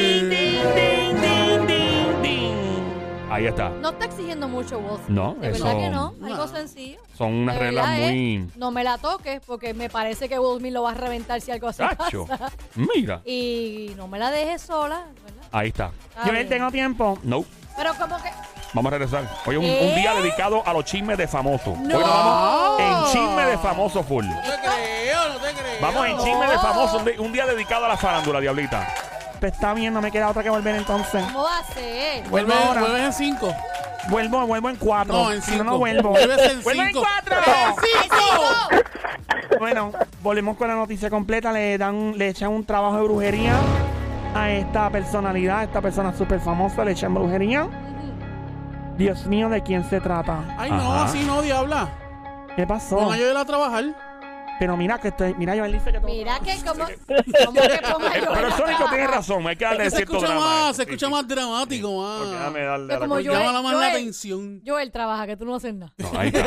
S2: Ahí está.
S3: No está exigiendo mucho Wilson.
S2: No,
S3: De
S2: eso-
S3: verdad que no.
S4: No.
S3: Algo sencillo.
S2: Son unas
S3: De
S2: reglas
S3: verdad,
S2: muy.
S3: eh, no me la toques porque me parece que Will Smith lo va a reventar si algo así
S2: ¡Cacho!
S3: pasa.
S2: Mira.
S3: Y no me la dejes sola, ¿verdad?
S2: Ahí está.
S3: Está
S1: Yo
S3: bien.
S1: tengo tiempo.
S2: No.
S3: Pero como que...
S2: Vamos a regresar. Hoy es un,
S3: ¿Eh?
S2: un día dedicado a los chismes de famosos. Hoy
S3: ¡No! Eh,
S2: nos vamos en chisme de famosos full.
S4: No te creo, no te creo.
S2: Vamos en chisme de famosos. un di- Un día dedicado a la farándula, diablita.
S1: Pues está bien, no me queda otra que volver entonces.
S3: ¿Cómo va a ser?
S4: Vuelve,
S1: Vuelve ahora.
S4: vuelve en 5.
S1: Vuelvo, vuelvo en cuatro.
S4: No, en
S1: Si
S4: 5.
S1: No, no vuelvo.
S4: Vuelves en 5.
S1: ¡Vuelvo en cuatro!
S3: ¡Cinco!
S1: Bueno, volvemos con la noticia completa. Le dan, le echan un trabajo de brujería a esta personalidad, a esta persona súper famosa, le echan brujería. Dios mío, ¿de quién se trata?
S4: Ay, no,
S2: Ajá.
S4: así no, diabla.
S1: ¿Qué pasó?
S4: Van a ayudar a trabajar.
S1: Pero mira que estoy, mira, Joel dice que todo-
S3: Mira que como... ¿Cómo que pongo yo?
S2: Eh, Pero
S3: la
S2: Sónico
S3: trabaja?
S2: tiene razón, hay que darle
S4: Que se
S2: cierto
S4: escucha
S2: drama.
S4: más,
S2: eh.
S4: se
S2: Sí,
S4: escucha
S2: sí.
S4: más dramático, más.
S2: Porque déjame darle a la
S3: Como
S2: cuestión.
S3: yo-
S4: Llama más la
S3: Joel.
S4: atención.
S3: Joel trabaja, que tú no haces nada.
S2: Ahí está.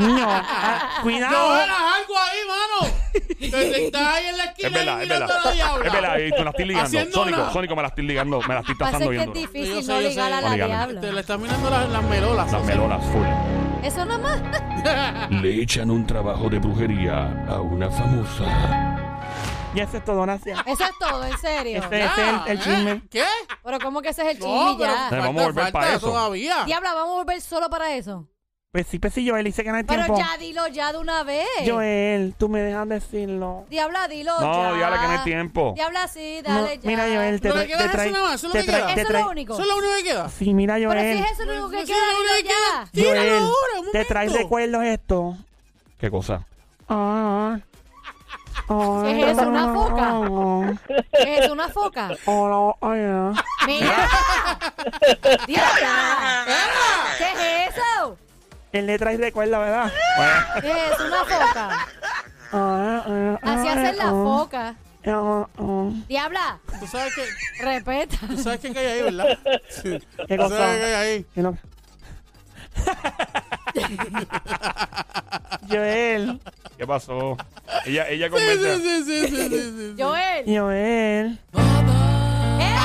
S1: Dios mío, ah, cuidado.
S4: Joel, haz algo ahí, mano. Que te Estás ahí en la esquina
S2: Es verdad,
S4: ahí
S2: es
S4: mirando a la
S2: verdad.
S4: diabla.
S2: Es verdad, y tú la estoy ligando.
S4: Haciendo
S2: Sónico,
S4: nada.
S2: Sónico me la estoy ligando, me la estoy
S3: Pasa
S2: tasando
S3: que
S2: bien
S3: es
S2: duro.
S4: Yo
S3: difícil
S4: sé,
S3: no
S4: yo
S3: ligar
S4: sé.
S3: a
S2: No
S3: la
S2: ligar.
S4: Te
S3: diabla.
S4: Este, le estás mirando las, las melolas.
S2: Las
S4: o sea,
S2: melolas full.
S3: Eso nada más.
S2: Le echan un trabajo de brujería a una famosa.
S1: Y eso es todo, gracias.
S3: Eso es todo, en serio.
S1: Ese, ese es el, el
S4: ¿eh?
S1: chisme.
S4: ¿Qué?
S3: Pero ¿cómo que ese es el
S4: No,
S3: chisme
S4: pero
S3: ya?
S2: vamos a volver para eso.
S4: todavía.
S3: Diabla, vamos a volver solo para eso.
S1: Pues sí, pues sí, Joel dice que no hay
S3: Pero
S1: tiempo. eh,
S3: ya dilo ya de una vez.
S1: Joel, tú me dejas decirlo.
S3: Diabla, dilo ya.
S2: No, diabla que no hay tiempo.
S3: Diabla, sí,
S1: No,
S3: dale ya.
S1: mira, Joel, te
S4: Lo que
S1: trae.
S4: queda
S1: Te
S4: es
S1: trae,
S4: eso nada más, eso es lo
S1: te
S4: que
S1: trae-
S4: queda.
S1: te
S3: Eso es
S1: trae-
S3: lo único.
S4: Eso es lo único que queda.
S1: Sí, mira, Joel.
S3: Pero si es eso lo único que
S4: Eso
S3: queda,
S4: es lo único que
S3: dilo ya.
S4: queda. Tíralo
S1: Joel,
S4: ahora, un
S1: te traes
S4: momento.
S1: recuerdos esto.
S2: ¿Qué cosa?
S1: Ah. Ah. ah,
S3: ¿Qué es eso, una foca? Es una foca.
S1: Hola, hola.
S3: Mira. Diabla. ¿Qué es eso?
S1: Él le trae recuerdos, ¿verdad?
S3: ¿Qué es eso, una foca?
S1: Ah, ah, ah,
S3: Así hacen las
S1: ah,
S3: focas.
S1: ah, ah.
S3: Diabla,
S4: Tú sabes que,
S3: respeta.
S4: tú sabes que hay ahí, ¿verdad? Sí.
S1: ¿Qué
S4: Tú
S1: cosa?
S4: sabes que hay ahí.
S1: Que no- Joel,
S2: ¿Qué pasó? Ella, ella
S4: Sí,
S2: convenció.
S4: sí, sí, sí, sí, sí, sí.
S3: Joel.
S1: Joel.
S3: ¡Ey!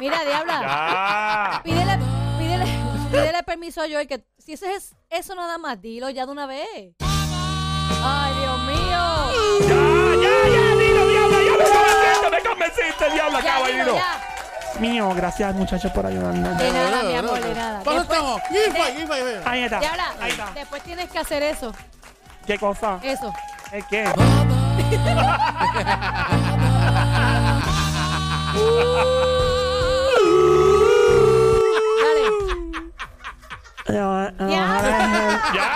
S3: Mira, Diabla.
S2: Ah,
S3: Pídele, pídele, pídele permiso a Joel que si eso es eso nada más, dilo ya de una vez. Ay, Dios
S1: Ah,
S3: mío.
S2: ya, ya, ya, dilo, diabla, ya me convenciste, me convenciste, diabla,
S3: Ya, dilo,
S2: caballero.
S3: ya.
S1: Mío, gracias muchachos por ayudarnos.
S3: De nada,
S4: Ahora,
S3: mi amor,
S4: ahora.
S3: de nada.
S4: ¿Cuándo
S3: Después-
S4: estamos? Giveaway, giveaway, giveaway.
S1: Ahí está.
S3: Diabla,
S1: Ahí está.
S3: después tienes que hacer eso,
S1: ¿Qué cosa?
S3: eso.
S1: ¿El qué?
S3: Dale.
S1: Ah, ah,
S3: Ya.
S2: Ya.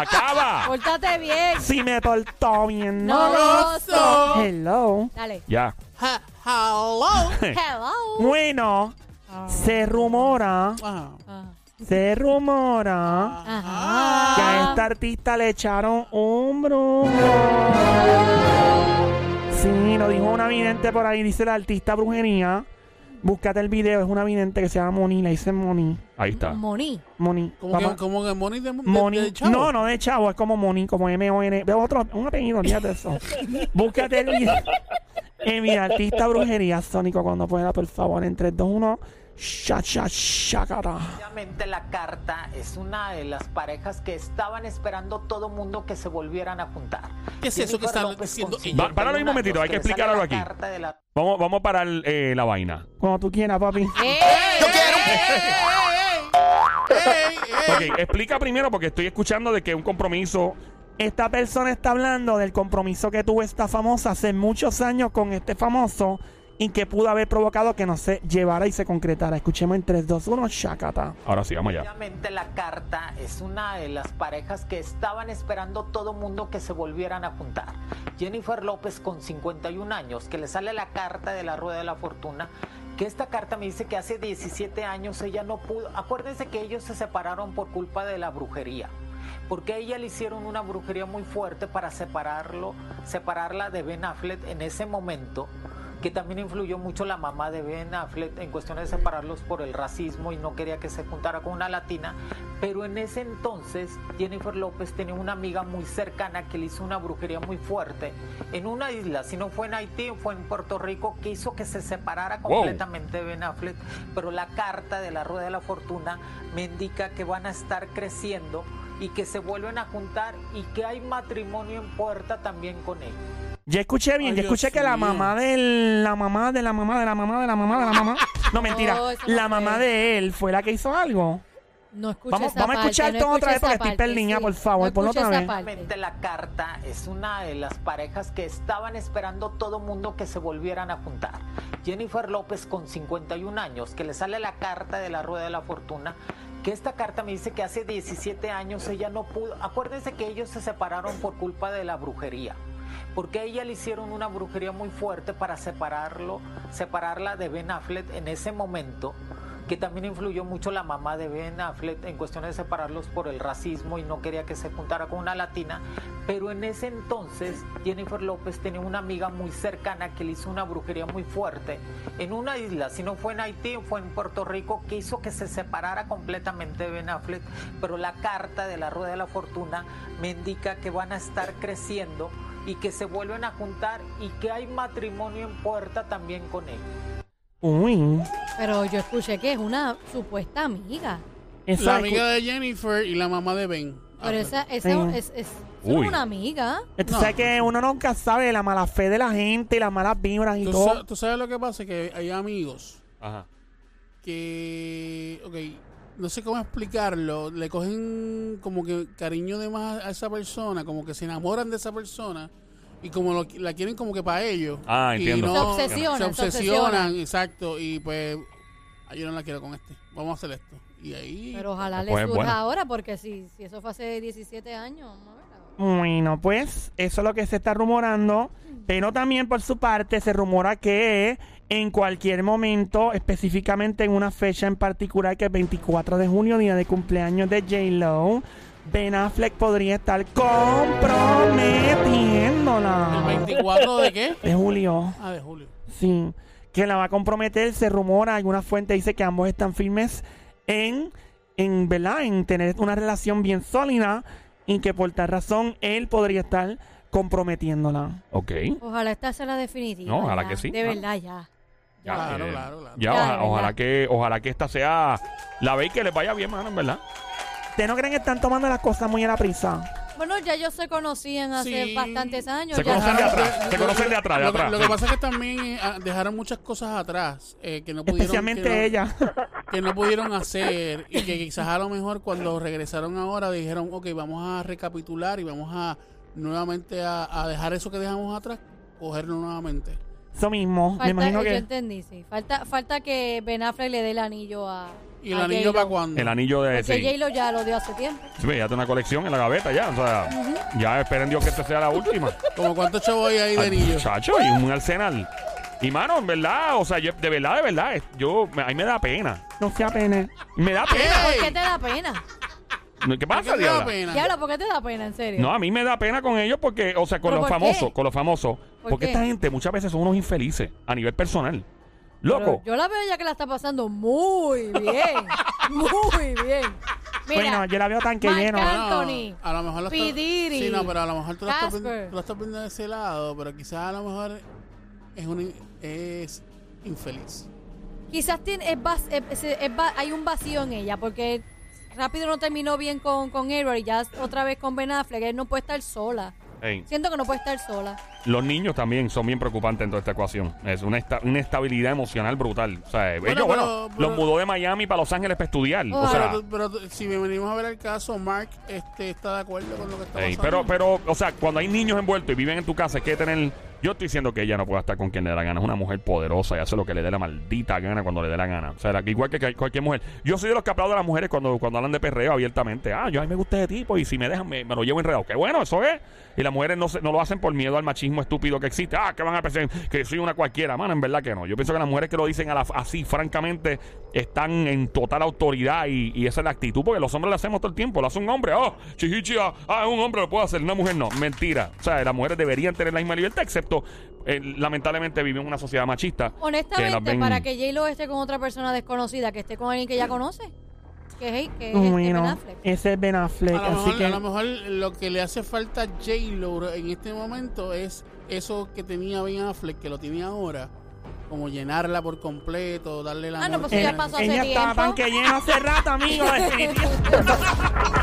S2: Acaba.
S3: Pórtate bien.
S1: Si me portó bien,
S3: No gozo.
S4: Eh.
S1: Hello.
S3: Dale.
S2: Ya.
S4: Ha- Hello.
S3: Hello.
S1: Bueno,
S2: Ah.
S1: se rumora,
S4: Ajá.
S3: Ah,
S1: se rumora
S4: Ah.
S1: que a
S3: Ajá.
S1: esta artista le echaron un brujo. Sí, lo dijo una vidente por ahí, dice la artista brujería. Búscate el video, es una vidente que se llama Moni, le dicen Moni.
S2: Ahí está.
S3: Moni.
S1: Moni.
S4: Como que,
S1: papá.
S4: como que Moni de, de-
S1: Moni.
S4: de Chavo.
S1: No, no de chavo, es como Moni, como M-O-N. Veo otro, un apellido, olvídate de eso. Búscate el video. Eh, mira, artista brujería, Sónico, cuando pueda, por favor, en 3, 2, 1. Sha, sha, shakara.
S8: Obviamente la carta es una de las parejas que estaban esperando todo mundo que se volvieran a juntar.
S4: ¿Qué es eso
S8: Jennifer
S4: que están
S8: López
S4: diciendo
S8: consiguió
S2: ellos? Va- páralo ahí un
S8: una,
S2: momentito,
S8: los
S2: hay que
S8: le sale
S2: explicar algo
S8: la
S2: aquí.
S8: carta de la-
S2: Vamos, vamos a parar eh, la vaina.
S1: Cuando tú quieras, papi.
S4: Yo quiero Eh, un- Ey, ey, ey.
S2: Ok, explica primero porque estoy escuchando de que un compromiso.
S1: Esta persona está hablando del compromiso que tuvo esta famosa hace muchos años con este famoso y que pudo haber provocado que no se llevara y se concretara. Escuchemos en 3, 2, 1, shakata.
S2: Ahora sí, vamos allá.
S8: Obviamente la carta es una de las parejas que estaban esperando todo mundo que se volvieran a juntar. Jennifer López con 51 años, que le sale la carta de la rueda de la fortuna, que esta carta me dice que hace 17 años ella no pudo, acuérdense que ellos se separaron por culpa de la brujería. Porque a ella le hicieron una brujería muy fuerte para separarlo, separarla de Ben Affleck en ese momento que también influyó mucho la mamá de Ben Affleck en cuestiones de separarlos por el racismo y no quería que se juntara con una latina. Pero en ese entonces Jennifer López tenía una amiga muy cercana que le hizo una brujería muy fuerte en una isla, si no fue en Haití, fue en Puerto Rico, que hizo que se separara
S2: Wow.
S8: completamente de Ben Affleck. Pero la carta de la Rueda de la Fortuna me indica que van a estar creciendo y que se vuelven a juntar y que hay matrimonio en puerta también con ellos.
S1: Ya escuché bien,
S4: Ay,
S1: ya escuché
S4: Dios
S1: que la
S4: mío.
S1: mamá de la mamá de la mamá de la mamá de la mamá de la mamá. No, mentira.
S3: No, eso no
S1: la mamá
S3: es.
S1: de él fue la que hizo algo.
S3: No escuché
S1: Vamos,
S3: esa
S1: vamos a
S3: parte,
S1: escuchar
S3: no
S1: todo
S3: escuché
S1: otra vez
S3: esa
S1: porque
S3: parte,
S1: estoy perlinea,
S3: sí.
S1: por favor,
S3: No
S1: ponlo
S3: escuché
S1: otra
S3: esa
S1: vez.
S3: parte.
S8: Realmente la carta es una de las parejas que estaban esperando todo mundo que se volvieran a juntar. Jennifer López con 51 años, que le sale la carta de la rueda de la fortuna, que esta carta me dice que hace 17 años ella no pudo, acuérdense que ellos se separaron por culpa de la brujería. Porque a ella le hicieron una brujería muy fuerte para separarlo, separarla de Ben Affleck en ese momento que también influyó mucho la mamá de Ben Affleck en cuestiones de separarlos por el racismo y no quería que se juntara con una latina. Pero en ese entonces Jennifer López tenía una amiga muy cercana que le hizo una brujería muy fuerte en una isla, si no fue en Haití, fue en Puerto Rico, que hizo que se separara completamente de Ben Affleck. Pero la carta de la Rueda de la Fortuna me indica que van a estar creciendo y que se vuelven a juntar y que hay matrimonio en puerta también con ellos.
S1: Uy.
S3: Pero yo escuché que es una supuesta amiga.
S1: Esa
S4: La
S1: escu-
S4: amiga de Jennifer y la mamá de Ben.
S3: Pero
S4: Ah,
S3: esa, esa
S1: Sí.
S3: es, es, eso no
S2: Uy.
S3: es una amiga.
S1: Tú
S4: No.
S1: sabes que uno nunca sabe la mala fe de la gente y las malas vibras y
S4: ¿Tú,
S1: todo.
S4: sa- tú sabes lo que pasa? Que hay amigos
S2: Ajá.
S4: que, ok, no sé cómo explicarlo, le cogen como que cariño de más a esa persona, como que se enamoran de esa persona y como lo- la quieren como que para ellos.
S2: Ah,
S4: Y
S2: entiendo.
S4: no-
S3: Se obsesionan,
S4: se
S3: se
S4: obsesionan,
S3: obsesionan.
S4: exacto, y pues, "Ay, yo no la quiero con este, vamos a hacer esto. Y ahí...
S3: Pero ojalá le
S2: Pues es
S3: surja
S2: buena.
S3: ahora, porque si, si eso fue hace 17 años, vamos a ver ahora.
S1: Bueno, pues eso es lo que se está rumorando, pero también por su parte se rumora que en cualquier momento, específicamente en una fecha en particular que es 24 de junio, día de cumpleaños de J-Lo, Ben Affleck podría estar
S4: ¿El
S1: comprometiéndola.
S4: 24 de qué?
S1: De julio,
S4: Ah, de julio.
S1: sí, que la va a comprometer, se rumora, alguna fuente dice que ambos están firmes en, en, ¿verdad? en tener una relación bien sólida y que por tal razón él podría estar comprometiéndola.
S2: Ok.
S3: Ojalá esta sea la definitiva.
S2: No, ojalá
S3: ya.
S2: que sí.
S3: De
S2: Ah.
S3: verdad, ya.
S2: Ya,
S4: Claro,
S2: eh,
S4: claro, claro.
S2: Ya,
S3: Ya,
S2: oja-
S3: ¿verdad?
S2: ojalá que, ojalá que esta sea la vez que les vaya bien, mano, en verdad.
S1: ¿Ustedes no creen que están tomando las cosas muy a la prisa?
S3: Bueno, ya ellos se conocían hace
S4: Sí.
S3: bastantes años.
S2: Se
S3: ya.
S2: conocen de
S4: Dejaron-
S2: atrás, se conocen de atrás, de
S4: lo que-
S2: atrás,
S4: Lo que
S2: sí.
S4: pasa es que también eh, ah, dejaron muchas cosas atrás eh, que no pudieron...
S1: Especialmente
S4: que no-
S1: ella.
S4: que no pudieron hacer y que quizás a lo mejor cuando regresaron ahora dijeron, ok, vamos a recapitular y vamos a nuevamente a, a dejar eso que dejamos atrás, cogerlo nuevamente.
S1: Eso mismo.
S3: Falta,
S1: Me imagino
S3: Yo
S1: que
S3: entendí, sí. Falta, falta que Ben Affleck le dé el anillo a.
S4: ¿Y el
S3: a
S4: anillo
S3: J-Lo.
S4: para cuándo?
S2: El anillo de.
S3: Porque
S2: Eh, Sí.
S3: J-Lo ya lo dio hace tiempo.
S2: Sí, ya tiene una colección en la gaveta ya. O sea, ya esperen Dios que esta sea la última.
S4: ¿Como cuántos chavos hay ahí de anillo?
S2: Chacho, y un arsenal. Y mano, en verdad, o sea, yo- de verdad, de verdad, es- yo, me- a mí me da pena.
S1: no sea pena.
S2: Me da pena.
S3: ¿Por qué te da pena?
S2: ¿Qué
S4: ¿Por qué
S2: pasa,
S4: te da
S2: diabla?
S4: pena?
S3: Diablo, ¿por qué te da pena, en serio?
S2: No, a mí me da pena con ellos porque, o sea, con
S3: ¿Pero
S2: los
S3: por qué?
S2: famosos, con los famosos.
S3: ¿Por
S2: porque
S3: qué?
S2: esta gente muchas veces son unos infelices a nivel personal. Loco.
S3: Yo la veo ya que la está pasando muy bien. muy bien. Mira,
S1: Bueno, yo la veo tanque
S3: Marc
S1: lleno.
S3: Anthony,
S4: No, a lo mejor lo estás-
S3: Pidiri,
S4: Sí, no, pero a lo mejor tú lo, estás, viendo-
S3: Casper.
S4: tú lo estás viendo de ese lado, pero quizás a lo mejor es, un, es infeliz.
S3: Quizás tiene, es vas- es- es- es va- hay un vacío en ella porque rápido no terminó bien con, con Edward y ya otra vez con Ben Affleck. Él no puede estar sola.
S2: Ey,
S3: Siento que no puede estar sola.
S2: los niños también son bien preocupantes en toda esta ecuación. Es una, esta- una estabilidad emocional brutal. O sea, ellos,
S4: pero-
S2: bueno,
S4: pero-
S2: los mudó de Miami para Los Ángeles para estudiar. o
S3: Ah.
S2: sea,
S4: Pero, tú- pero tú- si venimos a ver el caso, Mark este, está de acuerdo con lo que está
S2: Ey,
S4: pasando.
S2: pero, pero, o sea, cuando hay niños envueltos y viven en tu casa, hay que tener. Yo estoy diciendo que ella no puede estar con quien le dé la gana. Es una mujer poderosa y hace lo que le dé la maldita gana cuando le dé la gana. O sea, la- igual que cual- cualquier mujer. Yo soy de los que aplaudo a las mujeres cuando, cuando hablan de perreo abiertamente. Ah, yo a mí me gusta ese tipo y si me dejan me, me lo llevo enredado. Qué bueno, eso es. Y las mujeres no, se- no lo hacen por miedo al machismo estúpido que existe. Ah, que van a pensar que soy una cualquiera. Mano, en verdad que no. Yo pienso que las mujeres que lo dicen a la- así, francamente, están en total autoridad y, y esa es la actitud. Porque los hombres lo hacemos todo el tiempo. Lo hace un hombre. Oh, chichichi, ah, ah, un hombre lo puede hacer. Una mujer no. Mentira. O sea, las mujeres deberían tener la misma libertad, excepto, eh, lamentablemente, vivimos en una sociedad machista. que las
S3: Honestamente,
S2: ven-
S3: para que J-Lo esté con otra persona desconocida, que esté con alguien que ya conoce, que es, que es este Ben
S1: Bueno,
S3: Affleck.
S1: ese es Ben Affleck.
S4: A lo,
S1: Así
S4: mejor, a lo
S1: que
S4: mejor lo que le hace falta a J-Lo en este momento es eso que tenía Ben Affleck, que lo tiene ahora, como llenarla por completo, darle la
S3: Ah, no, pues
S1: eh,
S3: ya pasó hace
S1: ella estaba
S3: tiempo.
S1: tanque lleno hace rato, amigo. definitivamente.